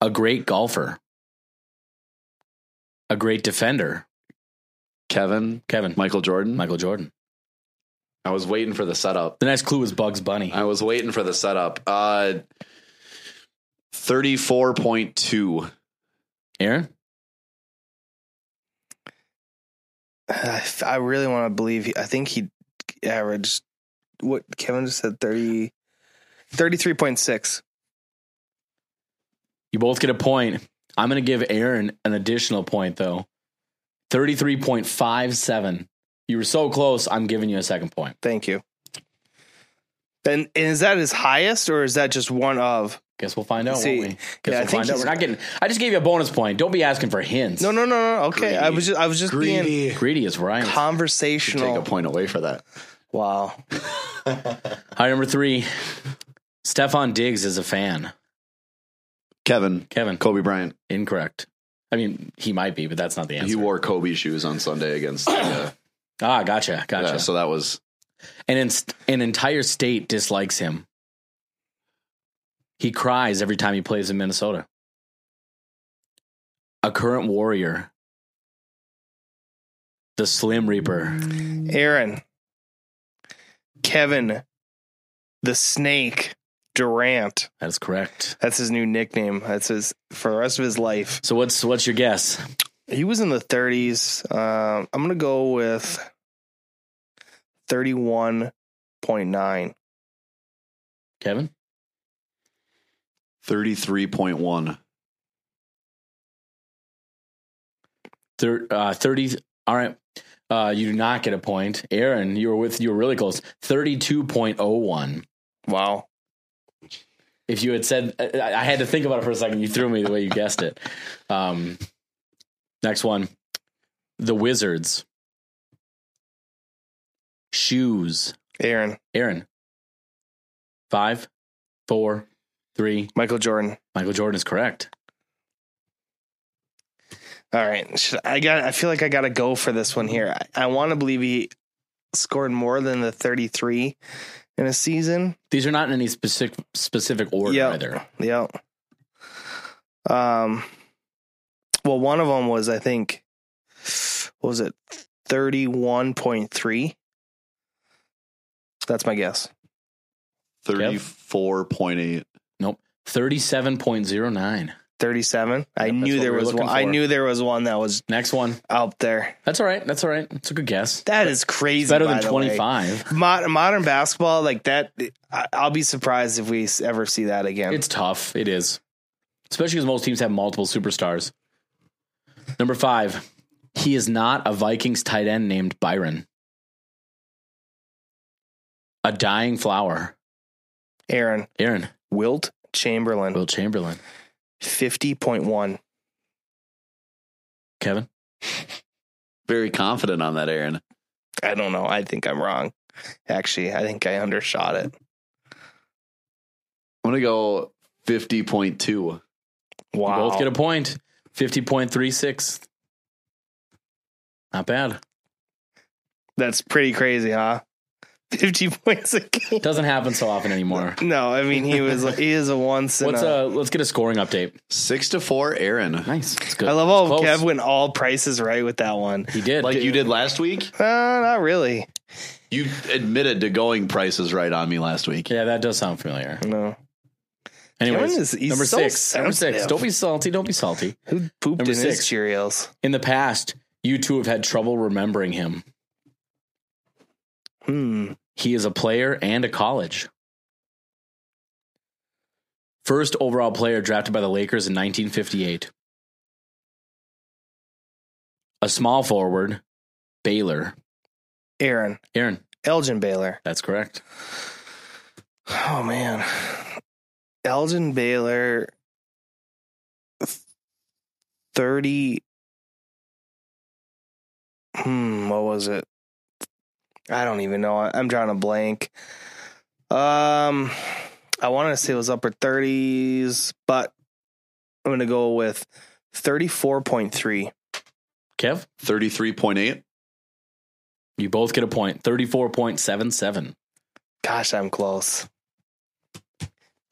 [SPEAKER 3] a great golfer, a great defender.
[SPEAKER 2] Kevin.
[SPEAKER 3] Kevin.
[SPEAKER 2] Michael Jordan.
[SPEAKER 3] Michael Jordan.
[SPEAKER 2] I was waiting for the setup.
[SPEAKER 3] The next clue was Bugs Bunny.
[SPEAKER 2] I was waiting for the setup. Uh, 34.2.
[SPEAKER 3] Aaron?
[SPEAKER 4] I I really want to believe. He, I think he averaged what Kevin just said 30, 33.6.
[SPEAKER 3] You both get a point. I'm going to give Aaron an additional point, though. 33.57. You were so close. I'm giving you a second point.
[SPEAKER 4] Thank you. And, and is that his highest or is that just one of?
[SPEAKER 3] Guess we'll find out,
[SPEAKER 4] See,
[SPEAKER 3] won't
[SPEAKER 4] yeah, I
[SPEAKER 3] we? Guess we'll
[SPEAKER 4] think
[SPEAKER 3] find out.
[SPEAKER 4] he's-
[SPEAKER 3] We're not getting. I just gave you a bonus point. Don't be asking for hints.
[SPEAKER 4] No, no, no, no. Okay. I
[SPEAKER 2] Greedy.
[SPEAKER 4] was just, I was just being
[SPEAKER 3] Greedy is right.
[SPEAKER 2] Take a
[SPEAKER 4] conversational.
[SPEAKER 2] point away for that.
[SPEAKER 4] Wow.
[SPEAKER 3] Hi, number three. Stefan Diggs is a fan.
[SPEAKER 2] Kevin.
[SPEAKER 3] Kevin.
[SPEAKER 2] Kobe Bryant.
[SPEAKER 3] Incorrect. I mean, he might be, but that's not the answer.
[SPEAKER 2] He wore Kobe shoes on Sunday against. Uh,
[SPEAKER 3] ah, gotcha, gotcha.
[SPEAKER 2] yeah, so that was
[SPEAKER 3] And in, an entire state dislikes him. He cries every time he plays in Minnesota. A current warrior, the Slim Reaper.
[SPEAKER 4] Aaron, Kevin, the snake, Durant.
[SPEAKER 3] That's correct.
[SPEAKER 4] That's his new nickname. That's his for the rest of his life.
[SPEAKER 3] So what's what's your guess?
[SPEAKER 4] He was in the 30s. Um, I'm gonna go with 31.9.
[SPEAKER 3] Kevin?
[SPEAKER 2] 33.1.
[SPEAKER 3] Thir- uh, 30 all right. Uh, you do not get a point. Aaron, you were with you were really close. 32.01.
[SPEAKER 4] Wow.
[SPEAKER 3] If you had said I, I had to think about it for a second, you threw me the way you guessed it. Um, next one. The Wizards. Shoes.
[SPEAKER 4] Aaron,
[SPEAKER 3] Aaron. Five, four, three.
[SPEAKER 4] Michael Jordan.
[SPEAKER 3] Michael Jordan is correct.
[SPEAKER 4] All right. Should- I got I feel like I gotta go for this one here. I, I wanna believe he scored more than the 33 in a season.
[SPEAKER 3] These are not in any specific specific order
[SPEAKER 4] Yeah.
[SPEAKER 3] either.
[SPEAKER 4] Yep. Um, well, one of them was I think what was it thirty one point three. That's my guess.
[SPEAKER 2] 34.8.
[SPEAKER 3] Nope. Thirty-seven point zero nine.
[SPEAKER 4] Thirty seven. I
[SPEAKER 3] Yep, that's
[SPEAKER 4] knew
[SPEAKER 3] what
[SPEAKER 4] there
[SPEAKER 3] we were
[SPEAKER 4] was
[SPEAKER 3] looking
[SPEAKER 4] one. I
[SPEAKER 3] for.
[SPEAKER 4] knew there was one that was
[SPEAKER 3] Next one.
[SPEAKER 4] out there.
[SPEAKER 3] That's all right. That's all right. It's a good guess.
[SPEAKER 4] That is crazy.
[SPEAKER 3] Better
[SPEAKER 4] by
[SPEAKER 3] than
[SPEAKER 4] the way.
[SPEAKER 3] twenty five.
[SPEAKER 4] Mod- modern basketball like that. I- I'll be surprised if we s- ever see that again.
[SPEAKER 3] It's tough. It is, especially because most teams have multiple superstars. Number five, he is not a Vikings tight end named Byron. A dying flower.
[SPEAKER 4] Aaron
[SPEAKER 3] Aaron
[SPEAKER 4] Wilt Chamberlain
[SPEAKER 3] Will Chamberlain.
[SPEAKER 4] fifty point one.
[SPEAKER 3] Kevin.
[SPEAKER 2] Very confident on that, Aaron.
[SPEAKER 4] I don't know. I think I'm wrong. Actually, I think I undershot it.
[SPEAKER 2] I'm going to go 50.2.
[SPEAKER 4] Wow.
[SPEAKER 3] You both get a point. Fifty point three six. Not bad.
[SPEAKER 4] That's pretty crazy, huh? 50 points a game.
[SPEAKER 3] Doesn't happen so often anymore.
[SPEAKER 4] No, I mean he was he is a once in
[SPEAKER 3] What's
[SPEAKER 4] a-
[SPEAKER 3] uh let's get a scoring update.
[SPEAKER 2] 6 to 4, Aaron.
[SPEAKER 3] Nice. It's good.
[SPEAKER 4] I love how
[SPEAKER 3] It's close.
[SPEAKER 4] Kev went all prices right with that one.
[SPEAKER 3] He did.
[SPEAKER 2] Like you did last week,
[SPEAKER 4] Uh, not really.
[SPEAKER 2] you admitted to going prices right on me last week.
[SPEAKER 3] Yeah, that does sound familiar.
[SPEAKER 4] No.
[SPEAKER 3] Anyways,
[SPEAKER 4] Kevin is- he's
[SPEAKER 3] number
[SPEAKER 4] so
[SPEAKER 3] six. Number six.
[SPEAKER 4] sensitive.
[SPEAKER 3] Don't be salty. Don't be salty.
[SPEAKER 4] Who pooped
[SPEAKER 3] Number
[SPEAKER 4] in his
[SPEAKER 3] six.
[SPEAKER 4] Cheerios?
[SPEAKER 3] In the past, you two have had trouble remembering him.
[SPEAKER 4] Hmm.
[SPEAKER 3] He is a player and a college. First overall player drafted by the Lakers in 1958. A small forward, Baylor.
[SPEAKER 4] Aaron.
[SPEAKER 3] Aaron,
[SPEAKER 4] Elgin Baylor.
[SPEAKER 3] that's correct.
[SPEAKER 4] Oh man. Elgin Baylor 30 Hmm, what was it? I don't even know. I- I'm drawing a blank. Um I wanted to say it was upper 30s, but I'm going to go with 34.3.
[SPEAKER 3] Kev,
[SPEAKER 2] 33.8.
[SPEAKER 3] you both get a point. 34.77.
[SPEAKER 4] Gosh, I'm close.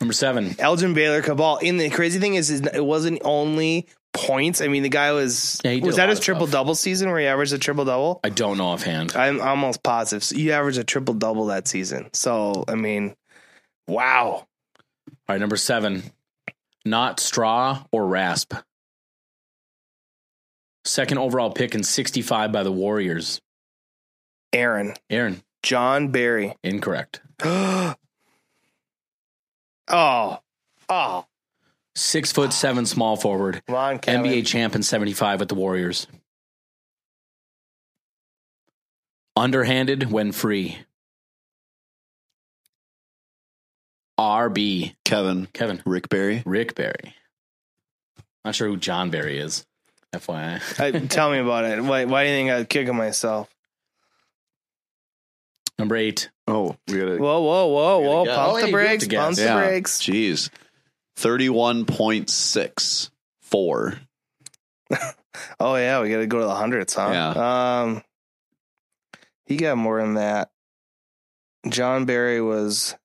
[SPEAKER 3] Number seven.
[SPEAKER 4] Elgin Baylor Cabal. And the crazy thing is, is it wasn't only points. I mean, the guy was
[SPEAKER 3] he did
[SPEAKER 4] was
[SPEAKER 3] a
[SPEAKER 4] that
[SPEAKER 3] lot
[SPEAKER 4] his
[SPEAKER 3] of
[SPEAKER 4] triple double season where he averaged a triple double?
[SPEAKER 3] I don't know offhand.
[SPEAKER 4] I'm almost positive. So you averaged a triple double that season. So I mean, wow.
[SPEAKER 3] All right, number seven. Not straw or rasp. Second overall pick in 65 by the Warriors.
[SPEAKER 4] Aaron
[SPEAKER 3] Aaron,
[SPEAKER 4] John Barry.
[SPEAKER 3] incorrect.
[SPEAKER 4] oh, oh,
[SPEAKER 3] Six foot seven small forward.
[SPEAKER 4] come on, Kevin.
[SPEAKER 3] NBA champ in 75 at the Warriors. Underhanded when free. RB.
[SPEAKER 2] Kevin,
[SPEAKER 3] Kevin.
[SPEAKER 2] Rick Barry.
[SPEAKER 3] Rick Barry. Not sure who John Barry is. FYI.
[SPEAKER 4] I, Uh, tell me about it. Why, why do you think I was kicking myself?
[SPEAKER 3] Number eight.
[SPEAKER 2] Oh, we gotta.
[SPEAKER 4] Whoa, whoa, whoa, whoa!
[SPEAKER 3] guess. Oh,
[SPEAKER 4] Pump
[SPEAKER 3] yeah,
[SPEAKER 4] the
[SPEAKER 3] you have
[SPEAKER 4] brakes!
[SPEAKER 3] to guess.
[SPEAKER 4] Pump the
[SPEAKER 2] yeah.
[SPEAKER 4] brakes!
[SPEAKER 2] Jeez, thirty-one point six four.
[SPEAKER 4] Oh yeah, we got to go to the hundreds, huh? Yeah. Um, he got more than that. John Barry was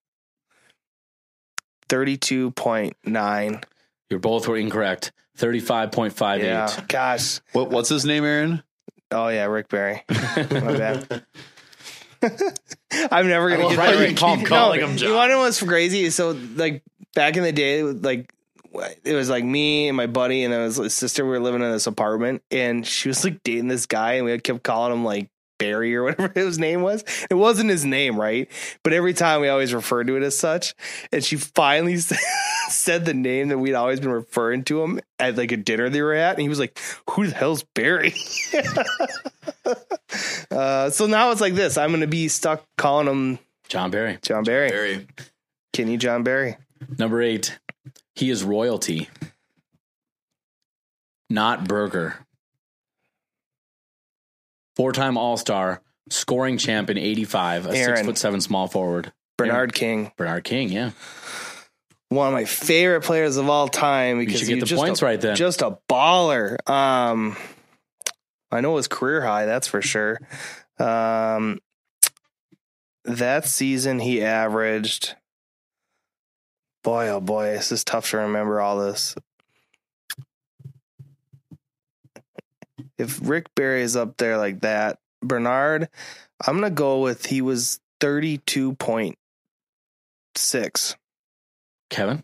[SPEAKER 4] thirty-two point nine.
[SPEAKER 3] You're both were incorrect. 35.58.
[SPEAKER 4] Yeah. Gosh.
[SPEAKER 2] What, what's his name, Aaron?
[SPEAKER 4] Oh yeah, Rick Barry. My bad. I'm never gonna get that right.
[SPEAKER 2] Keep calling him
[SPEAKER 4] You want to know what's crazy? So like back in the day, like it was like me and my buddy and his sister. We were living in this apartment, and she was like dating this guy, and we kept calling him like Barry or whatever his name was. It wasn't his name, right? But every time we always referred to it as such. And she finally said the name that we'd always been referring to him at like a dinner they were at, and he was like, "Who the hell's Barry?" uh, so now it's like this. I'm gonna be stuck calling him
[SPEAKER 3] John Barry.
[SPEAKER 4] John Barry.
[SPEAKER 2] Barry.
[SPEAKER 4] Kenny John Barry.
[SPEAKER 3] Number eight. He is royalty. Not burger. Four time All Star, scoring champ in 85, a
[SPEAKER 4] Aaron.
[SPEAKER 3] six foot seven small forward.
[SPEAKER 4] Bernard King,
[SPEAKER 3] Bernard King, yeah.
[SPEAKER 4] one of my favorite players of all time.
[SPEAKER 3] You
[SPEAKER 4] Because
[SPEAKER 3] should get
[SPEAKER 4] he's
[SPEAKER 3] the
[SPEAKER 4] just
[SPEAKER 3] points
[SPEAKER 4] a,
[SPEAKER 3] right then.
[SPEAKER 4] Just a baller. Um, I know his career high, that's for sure. Um, that season he averaged. Boy, oh boy, this is tough to remember all this. If Rick Barry is up there like that, Bernard, I'm gonna go with he was thirty-two point six.
[SPEAKER 3] Kevin?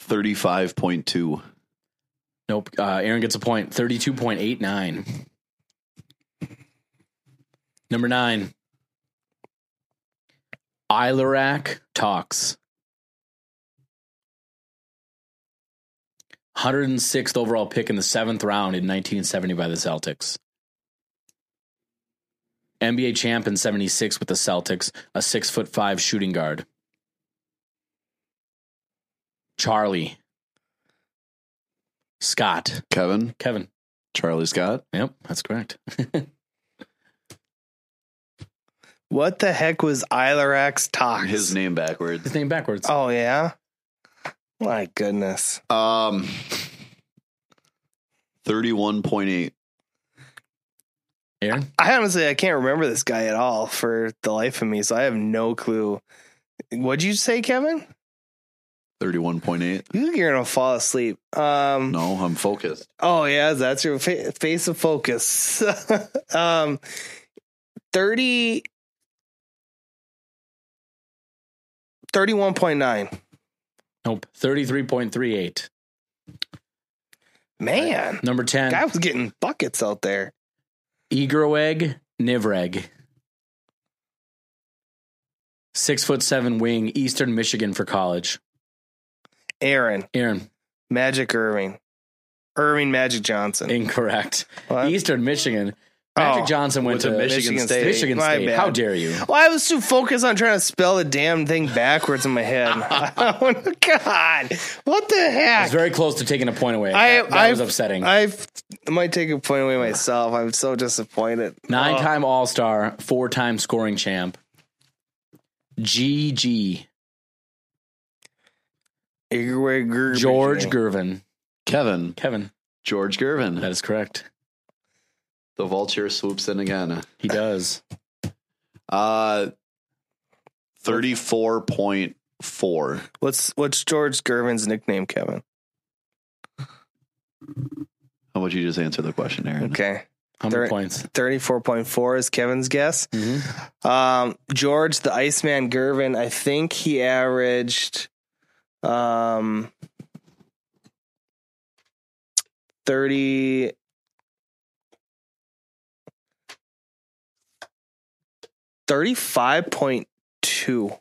[SPEAKER 2] Thirty-five point two.
[SPEAKER 3] Nope. Uh, Aaron gets a point. 32.89. Number nine. Ilarak talks. 106th overall pick in the seventh round in 1970 by the Celtics. NBA champ in 76 with the Celtics, a six foot five shooting guard. Charlie. Scott.
[SPEAKER 2] Kevin,
[SPEAKER 3] Kevin.
[SPEAKER 2] Charlie Scott.
[SPEAKER 3] Yep, that's correct.
[SPEAKER 4] What the heck was Ilarak's talk?
[SPEAKER 2] His name backwards.
[SPEAKER 3] His name backwards.
[SPEAKER 4] Oh yeah. My goodness.
[SPEAKER 2] Um, thirty-one point eight.
[SPEAKER 3] Aaron.
[SPEAKER 4] I honestly I can't remember this guy at all for the life of me, so I have no clue. What'd you say, Kevin?
[SPEAKER 2] Thirty-one point eight.
[SPEAKER 4] You- You're gonna fall asleep. Um.
[SPEAKER 2] No, I'm focused.
[SPEAKER 4] Oh yeah, that's your fa- face of focus. um. Thirty. Thirty-one point nine.
[SPEAKER 3] Nope. 33.38.
[SPEAKER 4] Man,
[SPEAKER 3] Number 10.
[SPEAKER 4] guy was getting buckets out there.
[SPEAKER 3] Egerweg Nivreg. Six foot seven wing, Eastern Michigan for college.
[SPEAKER 4] Aaron
[SPEAKER 3] Aaron,
[SPEAKER 4] Magic Irving, Irving Magic Johnson.
[SPEAKER 3] incorrect.
[SPEAKER 4] What?
[SPEAKER 3] Eastern Michigan. Magic
[SPEAKER 4] Oh.
[SPEAKER 3] Johnson went, to, Michigan, State. Michigan
[SPEAKER 4] My
[SPEAKER 3] State.
[SPEAKER 4] bad.
[SPEAKER 3] How dare you?
[SPEAKER 4] Well, I was too focused on trying to spell the damn thing backwards in my head. God, what the
[SPEAKER 3] I was
[SPEAKER 4] heck?
[SPEAKER 3] very close to taking a point away.
[SPEAKER 4] I-
[SPEAKER 3] that that
[SPEAKER 4] I-
[SPEAKER 3] was upsetting.
[SPEAKER 4] I f- might take a point away myself. I'm so disappointed.
[SPEAKER 3] Nine time All Star, four time scoring champ. GG.
[SPEAKER 4] Igwe Gerber.
[SPEAKER 3] George Gervin.
[SPEAKER 2] Kevin,
[SPEAKER 3] Kevin.
[SPEAKER 2] George Gervin.
[SPEAKER 3] That is correct.
[SPEAKER 2] The vulture swoops in again.
[SPEAKER 3] He does.
[SPEAKER 2] Uh, thirty-four point four.
[SPEAKER 4] What's what's George Gervin's nickname, Kevin?
[SPEAKER 2] How about you just answer the question, Aaron?
[SPEAKER 4] Okay.
[SPEAKER 3] How many points?
[SPEAKER 4] Thirty-four point four is Kevin's guess. Um, George the Iceman Gervin, I think he averaged um thirty. Thirty-five point two.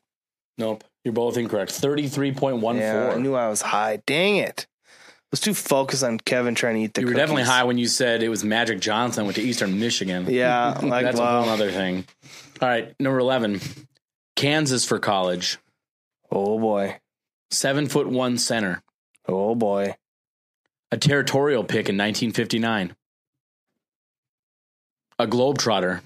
[SPEAKER 3] Nope. You're both incorrect. 33.14.
[SPEAKER 4] Yeah, I knew I was high. Dang it! I was too focused on Kevin trying to eat the.
[SPEAKER 3] you were
[SPEAKER 4] cookies.
[SPEAKER 3] definitely high when you said it was Magic Johnson went to Eastern Michigan.
[SPEAKER 4] Yeah, like,
[SPEAKER 3] that's
[SPEAKER 4] wow.
[SPEAKER 3] a whole other thing. All right, number eleven, Kansas for college.
[SPEAKER 4] Oh boy,
[SPEAKER 3] seven foot one center.
[SPEAKER 4] Oh boy,
[SPEAKER 3] a territorial pick in 1959. A globetrotter.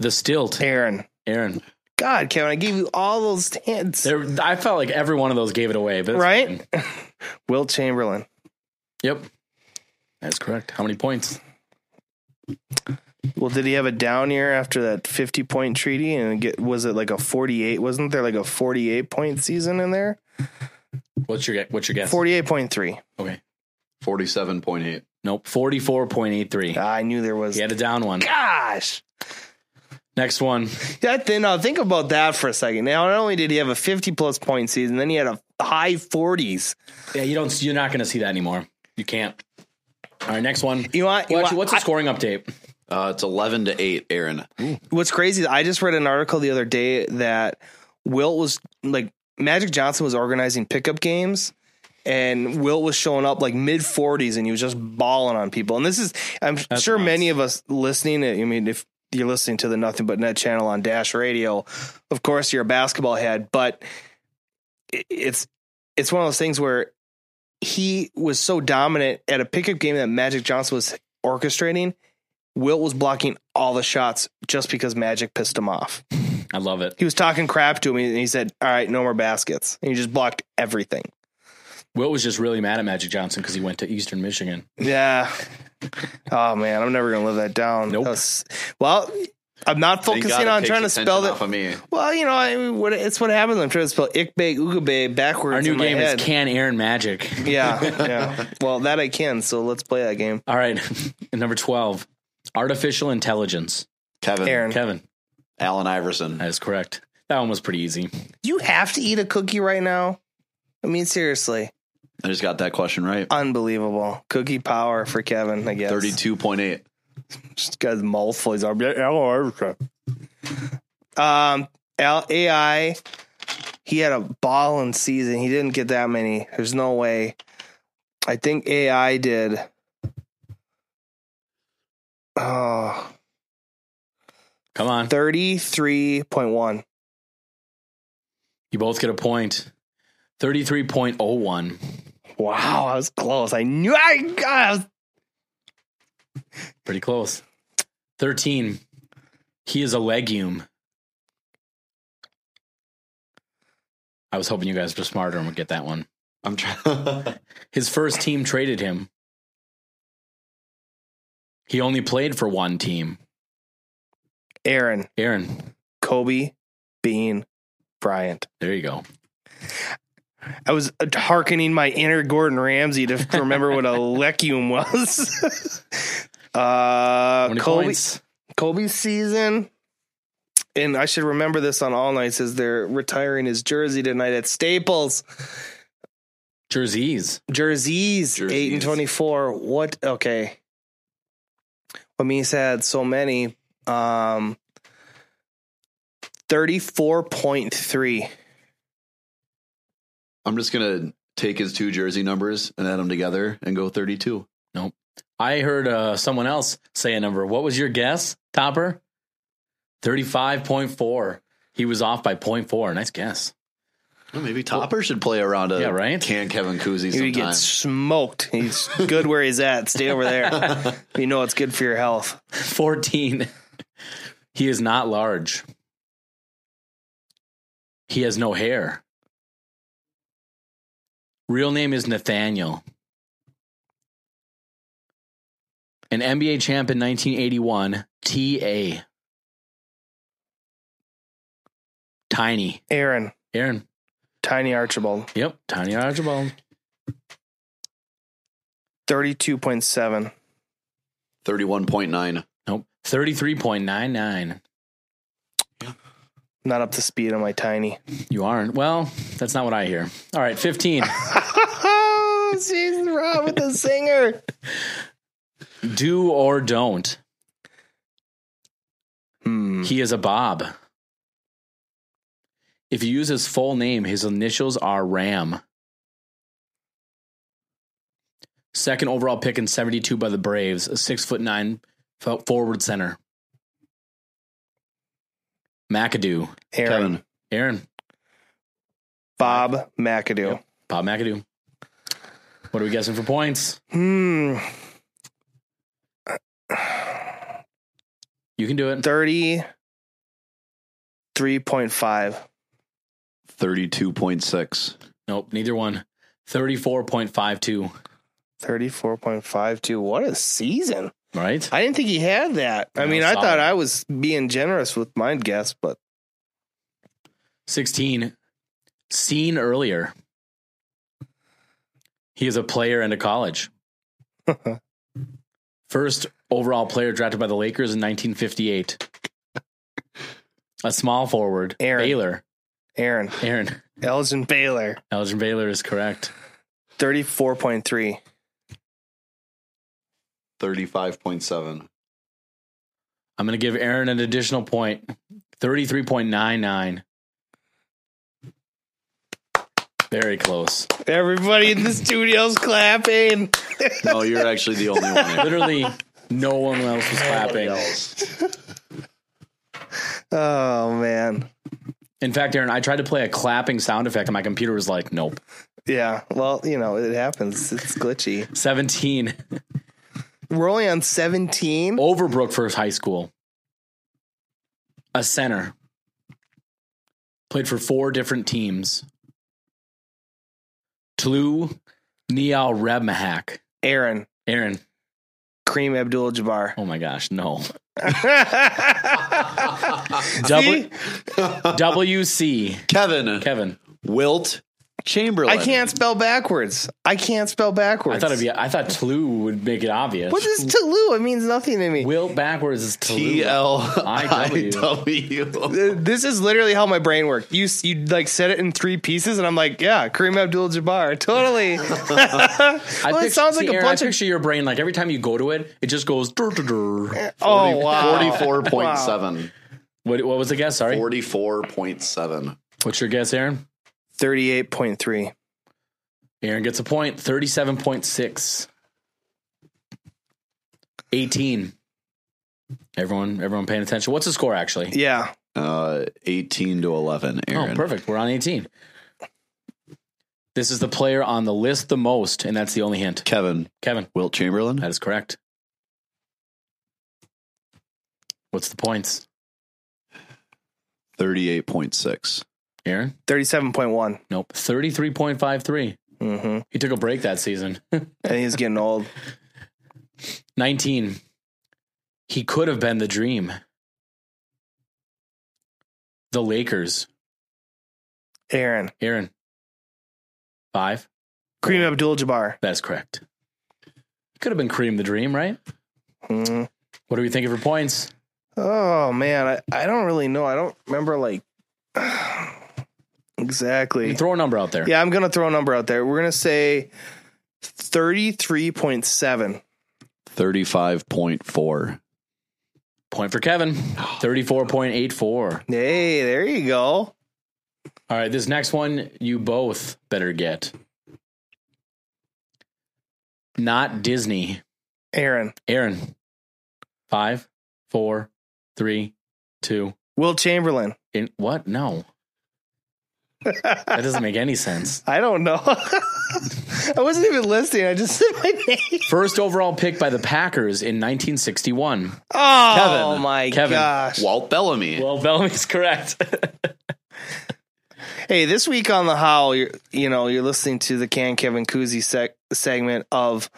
[SPEAKER 3] The stilt.
[SPEAKER 4] Aaron.
[SPEAKER 3] Aaron.
[SPEAKER 4] God, Kevin, I gave you all those hints.
[SPEAKER 3] There, I felt like every one of those gave it away, but
[SPEAKER 4] right? Will Chamberlain.
[SPEAKER 3] Yep. That's correct. How many points?
[SPEAKER 4] Well, did he have a down year after that fifty point treaty and get was it like a forty eight? Wasn't there like a forty eight point season in there?
[SPEAKER 3] What's your gue- what's your guess?
[SPEAKER 4] Forty eight point three.
[SPEAKER 3] Okay.
[SPEAKER 2] Forty-seven point eight.
[SPEAKER 3] Nope. Forty-four point eight three.
[SPEAKER 4] Ah, I knew there was.
[SPEAKER 3] He had a down one.
[SPEAKER 4] Gosh.
[SPEAKER 3] Next one.
[SPEAKER 4] That then now think about that for a second. Now not only did he have a fifty plus point season, then he had a high forties.
[SPEAKER 3] Yeah, you don't. You're not going to see that anymore. You can't. All right, next one.
[SPEAKER 4] You want, you
[SPEAKER 3] Well,
[SPEAKER 4] want-
[SPEAKER 3] actually, what's the scoring update?
[SPEAKER 2] Uh, it's eleven to eight, Aaron.
[SPEAKER 4] What's crazy is I just read an article the other day that Wilt was like Magic Johnson was organizing pickup games and Wilt was showing up like mid 40s and he was just balling on people. And this is I'm sure many of us listening, I mean if you're listening to the Nothing But Net channel on Dash Radio, of course you're a basketball head, but it- it's it's one of those things where he was so dominant at a pickup game that Magic Johnson was orchestrating. Wilt was blocking all the shots just because Magic pissed him off.
[SPEAKER 3] I love it.
[SPEAKER 4] He was talking crap to him and he said, All right, no more baskets. And he just blocked everything.
[SPEAKER 3] Will was just really mad at Magic Johnson because he went to Eastern Michigan.
[SPEAKER 4] Yeah. oh, man. I'm never going to live that down.
[SPEAKER 3] Nope.
[SPEAKER 4] That was- well, I'm not
[SPEAKER 2] Thank God
[SPEAKER 4] focusing
[SPEAKER 2] it
[SPEAKER 4] on
[SPEAKER 2] takes
[SPEAKER 4] trying to
[SPEAKER 2] attention
[SPEAKER 4] spell
[SPEAKER 2] off
[SPEAKER 4] that.
[SPEAKER 2] of me.
[SPEAKER 4] Well, you know, I mean, what, it's what happens. when I'm trying to spell Ikbe Ugube backwards.
[SPEAKER 3] Our new
[SPEAKER 4] in my
[SPEAKER 3] game
[SPEAKER 4] head.
[SPEAKER 3] is Can Aaron Magic.
[SPEAKER 4] Yeah, yeah. Well, that I can. So let's play that game.
[SPEAKER 3] All right. Number 12, artificial intelligence.
[SPEAKER 2] Kevin,
[SPEAKER 4] Aaron,
[SPEAKER 3] Kevin,
[SPEAKER 2] Allen Iverson.
[SPEAKER 3] that is correct. That one was pretty easy.
[SPEAKER 4] you have to eat a cookie right now. I mean, seriously.
[SPEAKER 2] I just got that question right.
[SPEAKER 4] Uh, Unbelievable. Cookie power for Kevin, I guess.
[SPEAKER 2] Thirty-two point eight.
[SPEAKER 4] Just got his mouth full. He's all, "Yeah, hello, Africa." Um, L- AI, he had a ball in season. He didn't get that many. There's no way. I think AI did. Oh,
[SPEAKER 3] Come on.
[SPEAKER 4] 33.1.
[SPEAKER 3] You both get a point. 33.01.
[SPEAKER 4] Wow, I was close. I knew I got.
[SPEAKER 3] Pretty close. 13, he is a legume. I was hoping you guys were smarter and would get that one.
[SPEAKER 2] I'm trying.
[SPEAKER 3] His first team traded him. He only played for one team.
[SPEAKER 4] Aaron,
[SPEAKER 3] Aaron,
[SPEAKER 4] Kobe, Bean, Bryant.
[SPEAKER 3] There you go.
[SPEAKER 4] I was hearkening my inner Gordon Ramsay to to remember what a legume was.
[SPEAKER 3] How
[SPEAKER 4] uh,
[SPEAKER 3] many
[SPEAKER 4] Kobe,
[SPEAKER 3] points?
[SPEAKER 4] Kobe's season, and I should remember this on all nights as they're retiring his jersey tonight at Staples.
[SPEAKER 3] Jerseys.
[SPEAKER 4] Jerseys, eight and
[SPEAKER 2] Jerseys.
[SPEAKER 4] twenty-four. What? Okay. Well, Mies had so many. Um, thirty-four point three.
[SPEAKER 2] I'm just gonna take his two jersey numbers and add them together and go 32.
[SPEAKER 3] I heard uh, someone else say a number. What was your guess, Topper? 35.4. He was off by 0.4. Nice guess.
[SPEAKER 2] Well, maybe Topper should play around a
[SPEAKER 3] Yeah, right?
[SPEAKER 2] can Kevin Kuzi
[SPEAKER 4] He would get
[SPEAKER 2] sometime.
[SPEAKER 4] smoked. He's good where he's at. Stay over there. you know it's good for your health.
[SPEAKER 3] 14. he is not large. He has no hair. Real name is Nathaniel. An NBA champ in 1981, TA. Tiny.
[SPEAKER 4] Aaron.
[SPEAKER 3] Aaron.
[SPEAKER 4] Tiny Archibald.
[SPEAKER 3] Yep. Tiny Archibald.
[SPEAKER 4] 32.7.
[SPEAKER 2] 31.9.
[SPEAKER 3] Nope. 33.99.
[SPEAKER 4] Not up to speed on my tiny.
[SPEAKER 3] You aren't. Well, that's not what I hear. All right, 15.
[SPEAKER 4] She's wrong with the singer.
[SPEAKER 3] Do or don't. He is a Bob. If you use his full name, his initials are Ram. Second overall pick in 72 by the Braves, a six foot nine fo- forward center. McAdoo.
[SPEAKER 4] Aaron. Kevin.
[SPEAKER 3] Aaron.
[SPEAKER 4] Bob McAdoo.
[SPEAKER 3] Bob McAdoo. What are we guessing for points?
[SPEAKER 4] Hmm.
[SPEAKER 3] You can do it.
[SPEAKER 4] 33.5.
[SPEAKER 2] 32.6.
[SPEAKER 3] Nope, neither one. 34.52.
[SPEAKER 4] 34.52. What a season.
[SPEAKER 3] Right?
[SPEAKER 4] I didn't think he had that. I
[SPEAKER 3] No,
[SPEAKER 4] mean, I
[SPEAKER 3] solid.
[SPEAKER 4] thought I was being generous with my guess, but
[SPEAKER 3] 16. Seen earlier. He is a player and a college. First overall player drafted by the Lakers in 1958. A small forward.
[SPEAKER 4] Aaron.
[SPEAKER 3] Baylor.
[SPEAKER 4] Aaron.
[SPEAKER 3] Aaron.
[SPEAKER 4] Elgin Baylor.
[SPEAKER 3] Elgin Baylor is correct.
[SPEAKER 4] 34.3.
[SPEAKER 2] 35.7.
[SPEAKER 3] I'm going to give Aaron an additional point 33.99. Very close.
[SPEAKER 4] Everybody in the studio's clapping.
[SPEAKER 2] No, you're actually the only one. here.
[SPEAKER 3] Literally, no one else was clapping.
[SPEAKER 4] Oh, man.
[SPEAKER 3] In fact, Aaron, I tried to play a clapping sound effect and my computer was like, nope.
[SPEAKER 4] Yeah. Well, you know, it happens. It's glitchy.
[SPEAKER 3] 17.
[SPEAKER 4] We're only on 17.
[SPEAKER 3] Overbrook first high school. A center. Played for four different teams. Tlu Nial Rebmahak.
[SPEAKER 4] Aaron.
[SPEAKER 3] Aaron.
[SPEAKER 4] Kareem Abdul Jabbar.
[SPEAKER 3] Oh my gosh, no.
[SPEAKER 4] See?
[SPEAKER 3] W- WC.
[SPEAKER 2] Kevin.
[SPEAKER 3] Kevin.
[SPEAKER 2] Wilt Chamberlain.
[SPEAKER 4] I can't spell backwards. I can't spell
[SPEAKER 3] I
[SPEAKER 4] backwards.
[SPEAKER 3] thought it'd be, I thought Tlu would make it obvious.
[SPEAKER 4] What is Tulu? It means nothing to me.
[SPEAKER 3] Will backwards is Tlu.
[SPEAKER 2] T L I W.
[SPEAKER 4] This is literally how my brain worked. You you like said it in three pieces, and I'm like, yeah, Kareem Abdul-Jabbar, totally.
[SPEAKER 3] I
[SPEAKER 4] well, it
[SPEAKER 3] picture-
[SPEAKER 4] sounds like
[SPEAKER 3] see,
[SPEAKER 4] a
[SPEAKER 3] Aaron,
[SPEAKER 4] bunch
[SPEAKER 3] I
[SPEAKER 4] of.
[SPEAKER 3] picture your brain like every time you go to it, it just goes. "Dur, dur, dur."
[SPEAKER 4] Oh wow!
[SPEAKER 2] 44.7.
[SPEAKER 3] What, what was the guess? Sorry,
[SPEAKER 2] 44.7.
[SPEAKER 3] what's your guess, Aaron?
[SPEAKER 4] Thirty-eight point three.
[SPEAKER 3] Aaron gets a point. Thirty-seven point six. Eighteen. Everyone, everyone paying attention. What's the score actually?
[SPEAKER 4] Yeah,
[SPEAKER 2] Uh, 18 to 11, Aaron.
[SPEAKER 3] Oh, perfect. We're on eighteen. This is the player on the list the most, and that's the only hint.
[SPEAKER 2] Kevin.
[SPEAKER 3] Kevin,
[SPEAKER 2] Wilt Chamberlain.
[SPEAKER 3] that is correct. What's the points,
[SPEAKER 2] 38.6.
[SPEAKER 3] Aaron?
[SPEAKER 4] thirty-seven point one.
[SPEAKER 3] Nope. 33.53.
[SPEAKER 4] Mm-hmm.
[SPEAKER 3] He took a break that season.
[SPEAKER 4] And he's getting old.
[SPEAKER 3] 19. He could have been the dream. The Lakers.
[SPEAKER 4] Aaron
[SPEAKER 3] Aaron. Five.
[SPEAKER 4] Kareem Abdul-Jabbar.
[SPEAKER 3] That's correct. He could have been Kareem the Dream, right?
[SPEAKER 4] Mhm.
[SPEAKER 3] What are we thinking for points?
[SPEAKER 4] Oh man, I, I don't really know. I don't remember like exactly.
[SPEAKER 3] Throw a number out there.
[SPEAKER 4] Yeah, I'm gonna throw a number out there. We're gonna say thirty-three point seven.
[SPEAKER 2] 35.4.
[SPEAKER 3] Point for Kevin. 34.84. All
[SPEAKER 4] Hey, there you go.
[SPEAKER 3] right. This next one, you both better get. Not Disney.
[SPEAKER 4] Aaron.
[SPEAKER 3] Aaron. Five, four, three, two.
[SPEAKER 4] Will Chamberlain.
[SPEAKER 3] In what? No. that doesn't make any sense.
[SPEAKER 4] I don't know. I wasn't even listening. I just said my name.
[SPEAKER 3] First overall pick by the Packers in 1961.
[SPEAKER 4] Oh
[SPEAKER 2] Kevin.
[SPEAKER 4] my
[SPEAKER 3] Kevin.
[SPEAKER 4] gosh.
[SPEAKER 2] Walt Bellamy.
[SPEAKER 3] Well, Bellamy's correct.
[SPEAKER 4] Hey, this week on the Howl, you're, you know, you're listening to the Can Kevin Koozie sec- segment of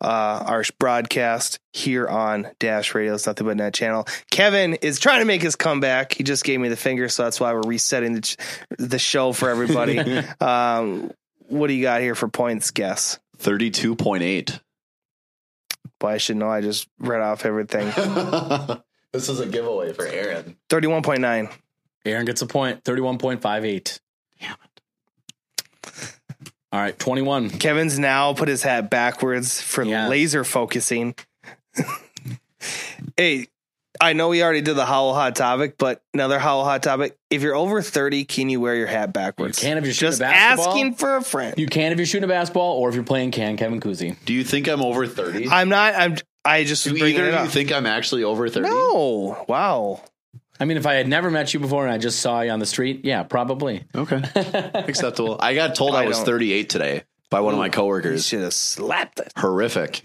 [SPEAKER 4] uh, our broadcast here on Dash Radio's Nothing But Net channel. Kevin is trying to make his comeback. He just gave me the finger, so that's why we're resetting the, ch- the show for everybody. um, what do you got here for points guess?
[SPEAKER 2] 32.8.
[SPEAKER 4] Boy, I should know. I just read off everything.
[SPEAKER 2] This is a giveaway for Aaron.
[SPEAKER 4] 31.9.
[SPEAKER 3] Aaron gets a point. Thirty-one point five eight. Damn it. All right, twenty-one.
[SPEAKER 4] Kevin's now put his hat backwards for laser focusing. hey, I know we already did the howl hot topic, but another howl hot topic. If you're over 30, can you wear your hat backwards?
[SPEAKER 3] You can if you're shooting
[SPEAKER 4] Just
[SPEAKER 3] a basketball.
[SPEAKER 4] asking for a friend.
[SPEAKER 3] You can if you're shooting a basketball, or if you're playing can Kevin Kuzi.
[SPEAKER 2] Do you think I'm over 30?
[SPEAKER 4] I'm not. I'm. I just
[SPEAKER 2] Do
[SPEAKER 4] was bringing
[SPEAKER 2] either
[SPEAKER 4] it
[SPEAKER 2] of you
[SPEAKER 4] up.
[SPEAKER 2] think I'm actually over 30?
[SPEAKER 4] no. Wow.
[SPEAKER 3] I mean, if I had never met you before and I just saw you on the street, yeah, probably.
[SPEAKER 2] Okay. Acceptable. I got told I,
[SPEAKER 4] I
[SPEAKER 2] was
[SPEAKER 4] don't-
[SPEAKER 2] 38 today by one of my
[SPEAKER 4] You
[SPEAKER 2] coworkers.
[SPEAKER 4] should have slapped it.
[SPEAKER 2] Horrific.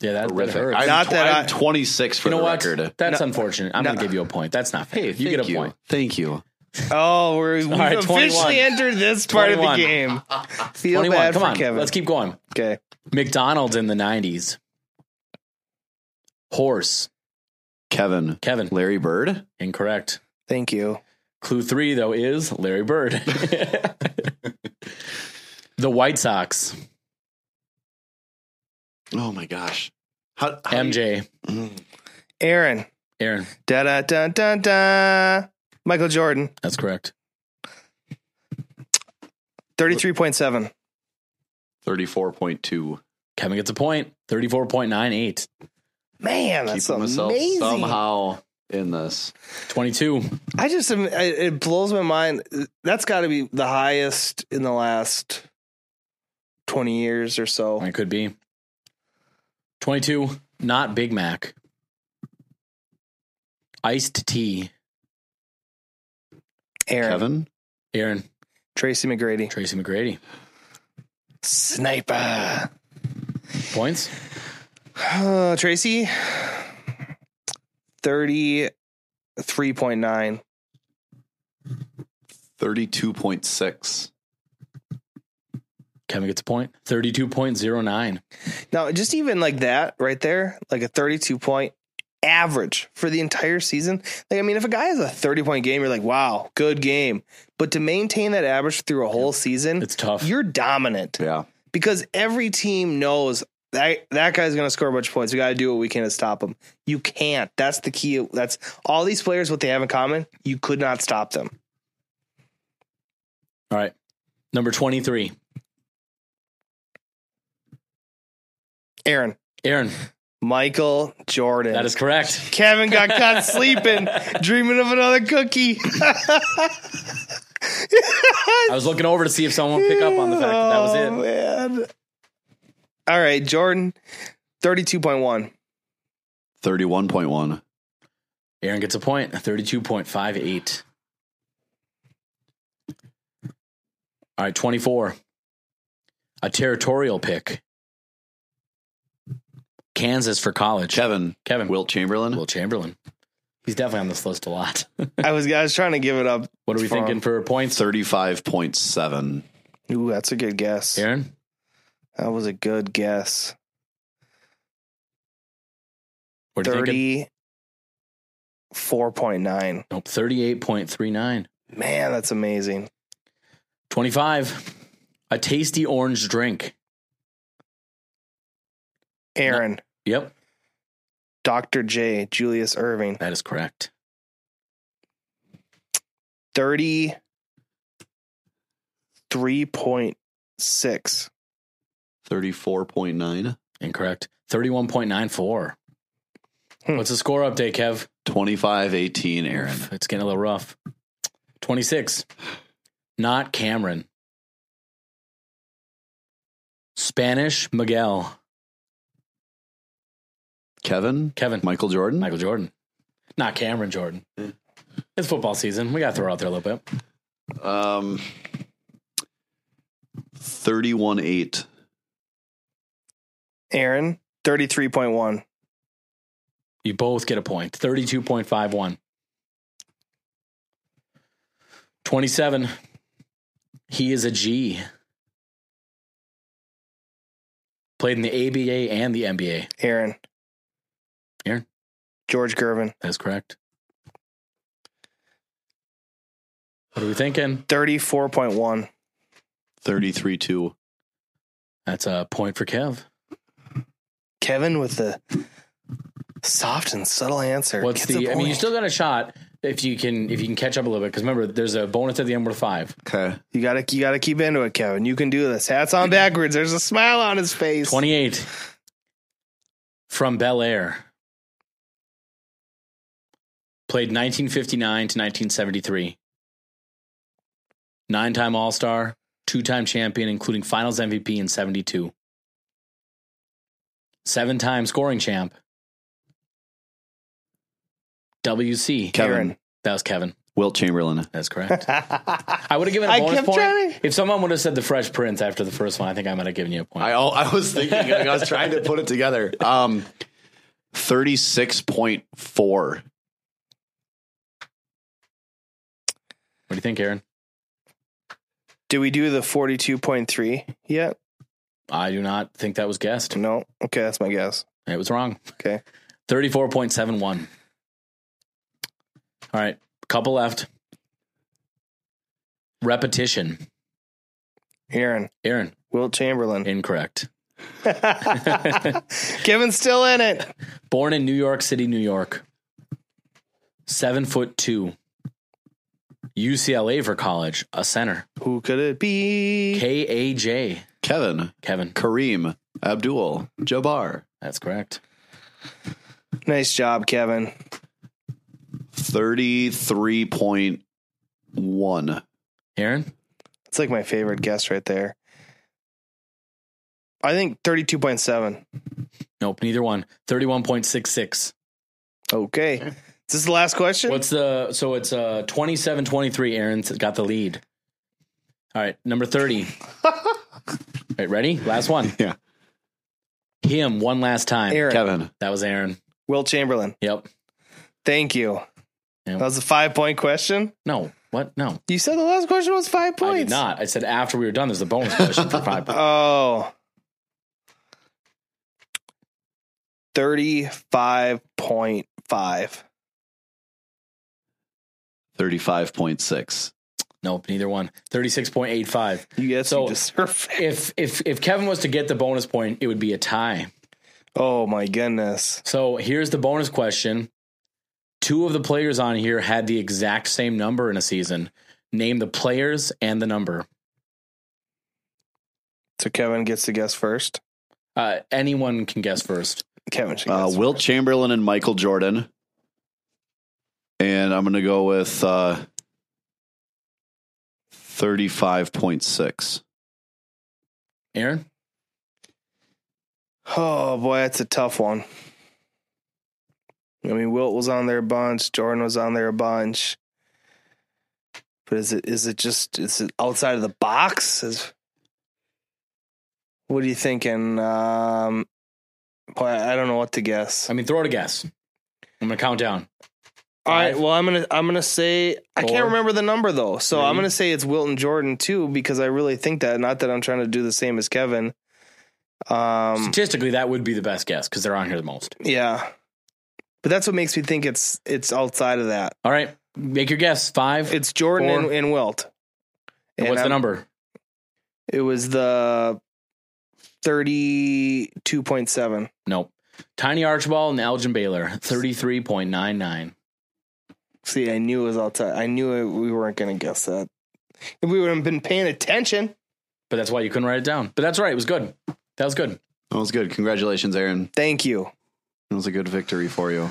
[SPEAKER 3] Yeah, that, that
[SPEAKER 2] Horrific.
[SPEAKER 3] hurts.
[SPEAKER 2] I'm,
[SPEAKER 4] Not
[SPEAKER 2] tw-
[SPEAKER 4] that
[SPEAKER 2] I'm
[SPEAKER 4] I-
[SPEAKER 2] 26 for
[SPEAKER 3] you know
[SPEAKER 2] the
[SPEAKER 3] what?
[SPEAKER 2] record.
[SPEAKER 3] That's unfortunate. I'm
[SPEAKER 4] No.
[SPEAKER 3] gonna give you a point. That's not fair. you
[SPEAKER 2] Thank
[SPEAKER 3] get a point.
[SPEAKER 2] Thank you.
[SPEAKER 4] Oh, we're, we've
[SPEAKER 3] right,
[SPEAKER 4] officially
[SPEAKER 3] 21.
[SPEAKER 4] entered this part of
[SPEAKER 3] 21.
[SPEAKER 4] the game. Feel
[SPEAKER 3] Twenty-one.
[SPEAKER 4] bad
[SPEAKER 3] Come
[SPEAKER 4] for
[SPEAKER 3] on,
[SPEAKER 4] Kevin.
[SPEAKER 3] let's keep going.
[SPEAKER 4] okay.
[SPEAKER 3] McDonald's in the '90s. Horse.
[SPEAKER 2] Kevin.
[SPEAKER 3] Kevin.
[SPEAKER 2] Larry Bird?
[SPEAKER 3] Incorrect.
[SPEAKER 4] Thank you.
[SPEAKER 3] Clue three though is Larry Bird. the White Sox.
[SPEAKER 2] Oh my gosh. How, how do you-
[SPEAKER 3] MJ.
[SPEAKER 4] Aaron.
[SPEAKER 3] Aaron.
[SPEAKER 4] Da da da da da. Michael Jordan,
[SPEAKER 3] That's correct.
[SPEAKER 4] thirty-three point seven.
[SPEAKER 2] 34.2.
[SPEAKER 3] Kevin gets a point. Thirty-four point nine eight.
[SPEAKER 4] Man, that's
[SPEAKER 2] Keeping myself
[SPEAKER 4] amazing.
[SPEAKER 2] somehow in this.
[SPEAKER 3] Twenty-two.
[SPEAKER 4] I just am- I- it blows my mind. That's got to be the highest in the last twenty years or so.
[SPEAKER 3] It could be. Twenty-two. Not Big Mac. Iced tea.
[SPEAKER 4] Aaron,
[SPEAKER 2] Kevin?
[SPEAKER 3] Aaron.
[SPEAKER 4] Tracy McGrady,
[SPEAKER 3] Tracy McGrady.
[SPEAKER 4] sniper.
[SPEAKER 3] Points.
[SPEAKER 4] Uh, Tracy, thirty-three point nine.
[SPEAKER 2] 32.6.
[SPEAKER 3] Kevin gets a point. Thirty-two point zero nine.
[SPEAKER 4] Now, just even like that right there, like a 32 point average for the entire season. Like, I mean, if a guy has a 30 point game, you're like, wow, good game. But to maintain that average through a whole season,
[SPEAKER 3] It's tough.
[SPEAKER 4] You're dominant
[SPEAKER 2] Yeah.
[SPEAKER 4] because every team knows that that guy's going to score a bunch of points. We got to do what we can to stop him. You can't. That's the key. That's all these players, what they have in common. You could not stop them.
[SPEAKER 3] All right. Number twenty-three.
[SPEAKER 4] Aaron,
[SPEAKER 3] Aaron.
[SPEAKER 4] Michael Jordan.
[SPEAKER 3] That is correct.
[SPEAKER 4] Kevin got caught sleeping, dreaming of another cookie.
[SPEAKER 3] I was looking over to see if someone would pick up on the fact that that was it.
[SPEAKER 4] Oh, man. All right, Jordan, 32.1.
[SPEAKER 2] 31.1.
[SPEAKER 3] Aaron gets a point, 32.58. All right, 24. A territorial pick. Kansas for college.
[SPEAKER 2] Kevin.
[SPEAKER 3] Kevin.
[SPEAKER 2] Wilt Chamberlain.
[SPEAKER 3] Will Chamberlain. He's definitely on this list a lot.
[SPEAKER 4] I was I was trying to give it up.
[SPEAKER 3] What are we
[SPEAKER 4] for
[SPEAKER 3] thinking
[SPEAKER 4] him.
[SPEAKER 3] for points?
[SPEAKER 2] 35.7.
[SPEAKER 4] Ooh, that's a good guess.
[SPEAKER 3] Aaron?
[SPEAKER 4] That was a good guess.
[SPEAKER 3] What are you thinking?
[SPEAKER 4] 34.9.
[SPEAKER 3] Nope, 38.39.
[SPEAKER 4] Man, that's amazing.
[SPEAKER 3] 25. A tasty orange drink.
[SPEAKER 4] Aaron,
[SPEAKER 3] Yep,
[SPEAKER 4] Dr. J, Julius Irving,
[SPEAKER 3] that is correct.
[SPEAKER 4] 33.6.
[SPEAKER 2] 34.9.
[SPEAKER 3] Incorrect. 31.94.
[SPEAKER 4] Hmm.
[SPEAKER 3] What's the score update, Kev?
[SPEAKER 2] 25 18 Aaron.
[SPEAKER 3] Oof, It's getting a little rough. 26. Not Cameron. Spanish Miguel.
[SPEAKER 2] Kevin?
[SPEAKER 3] Kevin.
[SPEAKER 2] Michael Jordan?
[SPEAKER 3] Michael Jordan. Not Cameron Jordan. It's football season. We got to throw out there a little bit.
[SPEAKER 2] Um 31 8.
[SPEAKER 4] Aaron, 33.1.
[SPEAKER 3] You both get a point. 32.51. 27. He is a G. Played in the ABA and the NBA.
[SPEAKER 4] Aaron.
[SPEAKER 3] Aaron.
[SPEAKER 4] George Gervin.
[SPEAKER 3] That's correct. What are we thinking?
[SPEAKER 4] 34.1.
[SPEAKER 2] 33 2.
[SPEAKER 3] That's a point for Kev.
[SPEAKER 4] Kevin with the soft and subtle answer.
[SPEAKER 3] What's
[SPEAKER 4] Get
[SPEAKER 3] the? I mean, you
[SPEAKER 4] point.
[SPEAKER 3] still got a shot if you can if you can catch up a little bit because remember there's a bonus at the end worth five.
[SPEAKER 2] Okay.
[SPEAKER 4] You gotta you gotta keep into it, Kevin. You can do this. Hats on backwards. There's a smile on his face.
[SPEAKER 3] Twenty eight from Bel Air. Played 1959 to 1973. Nine time All Star, two time champion, including finals MVP in 72. Seven time scoring champ. WC.
[SPEAKER 2] Kevin.
[SPEAKER 3] That was Kevin.
[SPEAKER 2] Wilt Chamberlain.
[SPEAKER 3] That's correct. I would have given a
[SPEAKER 4] I
[SPEAKER 3] bonus
[SPEAKER 4] kept
[SPEAKER 3] point.
[SPEAKER 4] trying.
[SPEAKER 3] If someone would have said the Fresh Prince after the first one, I think I might have given you a point.
[SPEAKER 2] I al- I was thinking. like, I was trying to put it together. Um, thirty six point four.
[SPEAKER 3] What do you think, Aaron?
[SPEAKER 4] Do we do the 42.3 yet?
[SPEAKER 3] I do not think that was guessed.
[SPEAKER 4] No. Okay, that's my guess.
[SPEAKER 3] It was wrong.
[SPEAKER 4] Okay.
[SPEAKER 3] 34.71. All right. Couple left. Repetition.
[SPEAKER 4] Aaron.
[SPEAKER 3] Aaron,
[SPEAKER 4] Wilt Chamberlain.
[SPEAKER 3] incorrect.
[SPEAKER 4] Kevin's still in it.
[SPEAKER 3] Born in New York City, New York. Seven foot two. UCLA for college, a center.
[SPEAKER 4] Who could it be?
[SPEAKER 3] K A J.
[SPEAKER 2] Kevin,
[SPEAKER 3] Kevin.
[SPEAKER 2] Kareem, Abdul, Jabbar.
[SPEAKER 3] That's correct.
[SPEAKER 4] Nice job, Kevin.
[SPEAKER 2] Thirty three point one.
[SPEAKER 3] Aaron?
[SPEAKER 4] It's like my favorite guess right there. I think 32.7.
[SPEAKER 3] Nope, neither one. 31.66.
[SPEAKER 4] Okay. Is this the last question?
[SPEAKER 3] What's the so it's uh 27 23 Aaron's got the lead. All right, number 30. All right, ready? Last one.
[SPEAKER 2] Yeah.
[SPEAKER 3] Him one last time.
[SPEAKER 4] Aaron.
[SPEAKER 2] Kevin.
[SPEAKER 3] That was Aaron.
[SPEAKER 4] Will Chamberlain.
[SPEAKER 3] Yep.
[SPEAKER 4] Thank you.
[SPEAKER 3] Yeah.
[SPEAKER 4] That was a five point question.
[SPEAKER 3] No. What? No.
[SPEAKER 4] You said the last question was five points.
[SPEAKER 3] I did not. I said after we were done there's a bonus question for 5.
[SPEAKER 4] Oh. 35.5.
[SPEAKER 2] Thirty five point six.
[SPEAKER 3] Nope, neither one. 36.85.
[SPEAKER 4] You guess
[SPEAKER 3] So-
[SPEAKER 4] you deserve it.
[SPEAKER 3] If if if Kevin was to get the bonus point, it would be a tie.
[SPEAKER 4] Oh my goodness.
[SPEAKER 3] So here's the bonus question. Two of the players on here had the exact same number in a season. Name the players and the number.
[SPEAKER 4] So Kevin gets to guess first.
[SPEAKER 3] Uh, anyone can guess first.
[SPEAKER 4] Kevin should
[SPEAKER 2] Uh,
[SPEAKER 4] guess.
[SPEAKER 2] Wilt Chamberlain and Michael Jordan. And I'm going to go with uh, thirty five point six.
[SPEAKER 3] Aaron?
[SPEAKER 4] Oh boy, that's a tough one. I mean, Wilt was on there a bunch. Jordan was on there a bunch. But is it is it just is it outside of the box? Is, what are you thinking? Um, boy, I don't know what to guess.
[SPEAKER 3] I mean, throw out a guess. I'm going to count down.
[SPEAKER 4] All right, well, I'm gonna I'm gonna say I
[SPEAKER 3] Four.
[SPEAKER 4] can't remember the number though, so I'm
[SPEAKER 3] Three.
[SPEAKER 4] gonna say it's Wilton Jordan too because I really think that. Not that I'm trying to do the same as Kevin. Um,
[SPEAKER 3] Statistically, that would be the best guess because they're on here the most.
[SPEAKER 4] Yeah. But that's what makes me think it's it's outside of that.
[SPEAKER 3] All right. Make your guess. Five.
[SPEAKER 4] It's Jordan and,
[SPEAKER 3] Four.
[SPEAKER 4] and Wilt.
[SPEAKER 3] And what's the
[SPEAKER 4] I'm-
[SPEAKER 3] number?
[SPEAKER 4] It was the thirty-two point seven.
[SPEAKER 3] Nope. Tiny Archibald and Elgin Baylor, 33.99.
[SPEAKER 4] See, I knew it was outside. I knew it, we weren't going to guess that. If we would have been paying attention,
[SPEAKER 3] But that's why you couldn't write it down. But that's right. It was good. That was good.
[SPEAKER 2] That was good. Congratulations, Aaron.
[SPEAKER 4] thank you.
[SPEAKER 2] It was a good victory for you.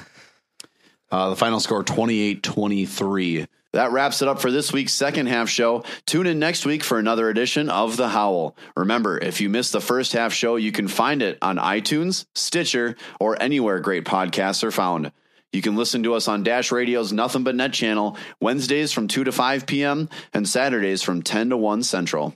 [SPEAKER 2] Uh, the final score 28 23. That wraps it up for this week's second half show. Tune in next week for another edition of The Howl. Remember, if you missed the first half show, you can find it on iTunes, Stitcher, or anywhere great podcasts are found. You can listen to us on Dash Radio's Nothing But Net channel Wednesdays from 2 to 5 p.m. and Saturdays from 10 to 1 Central.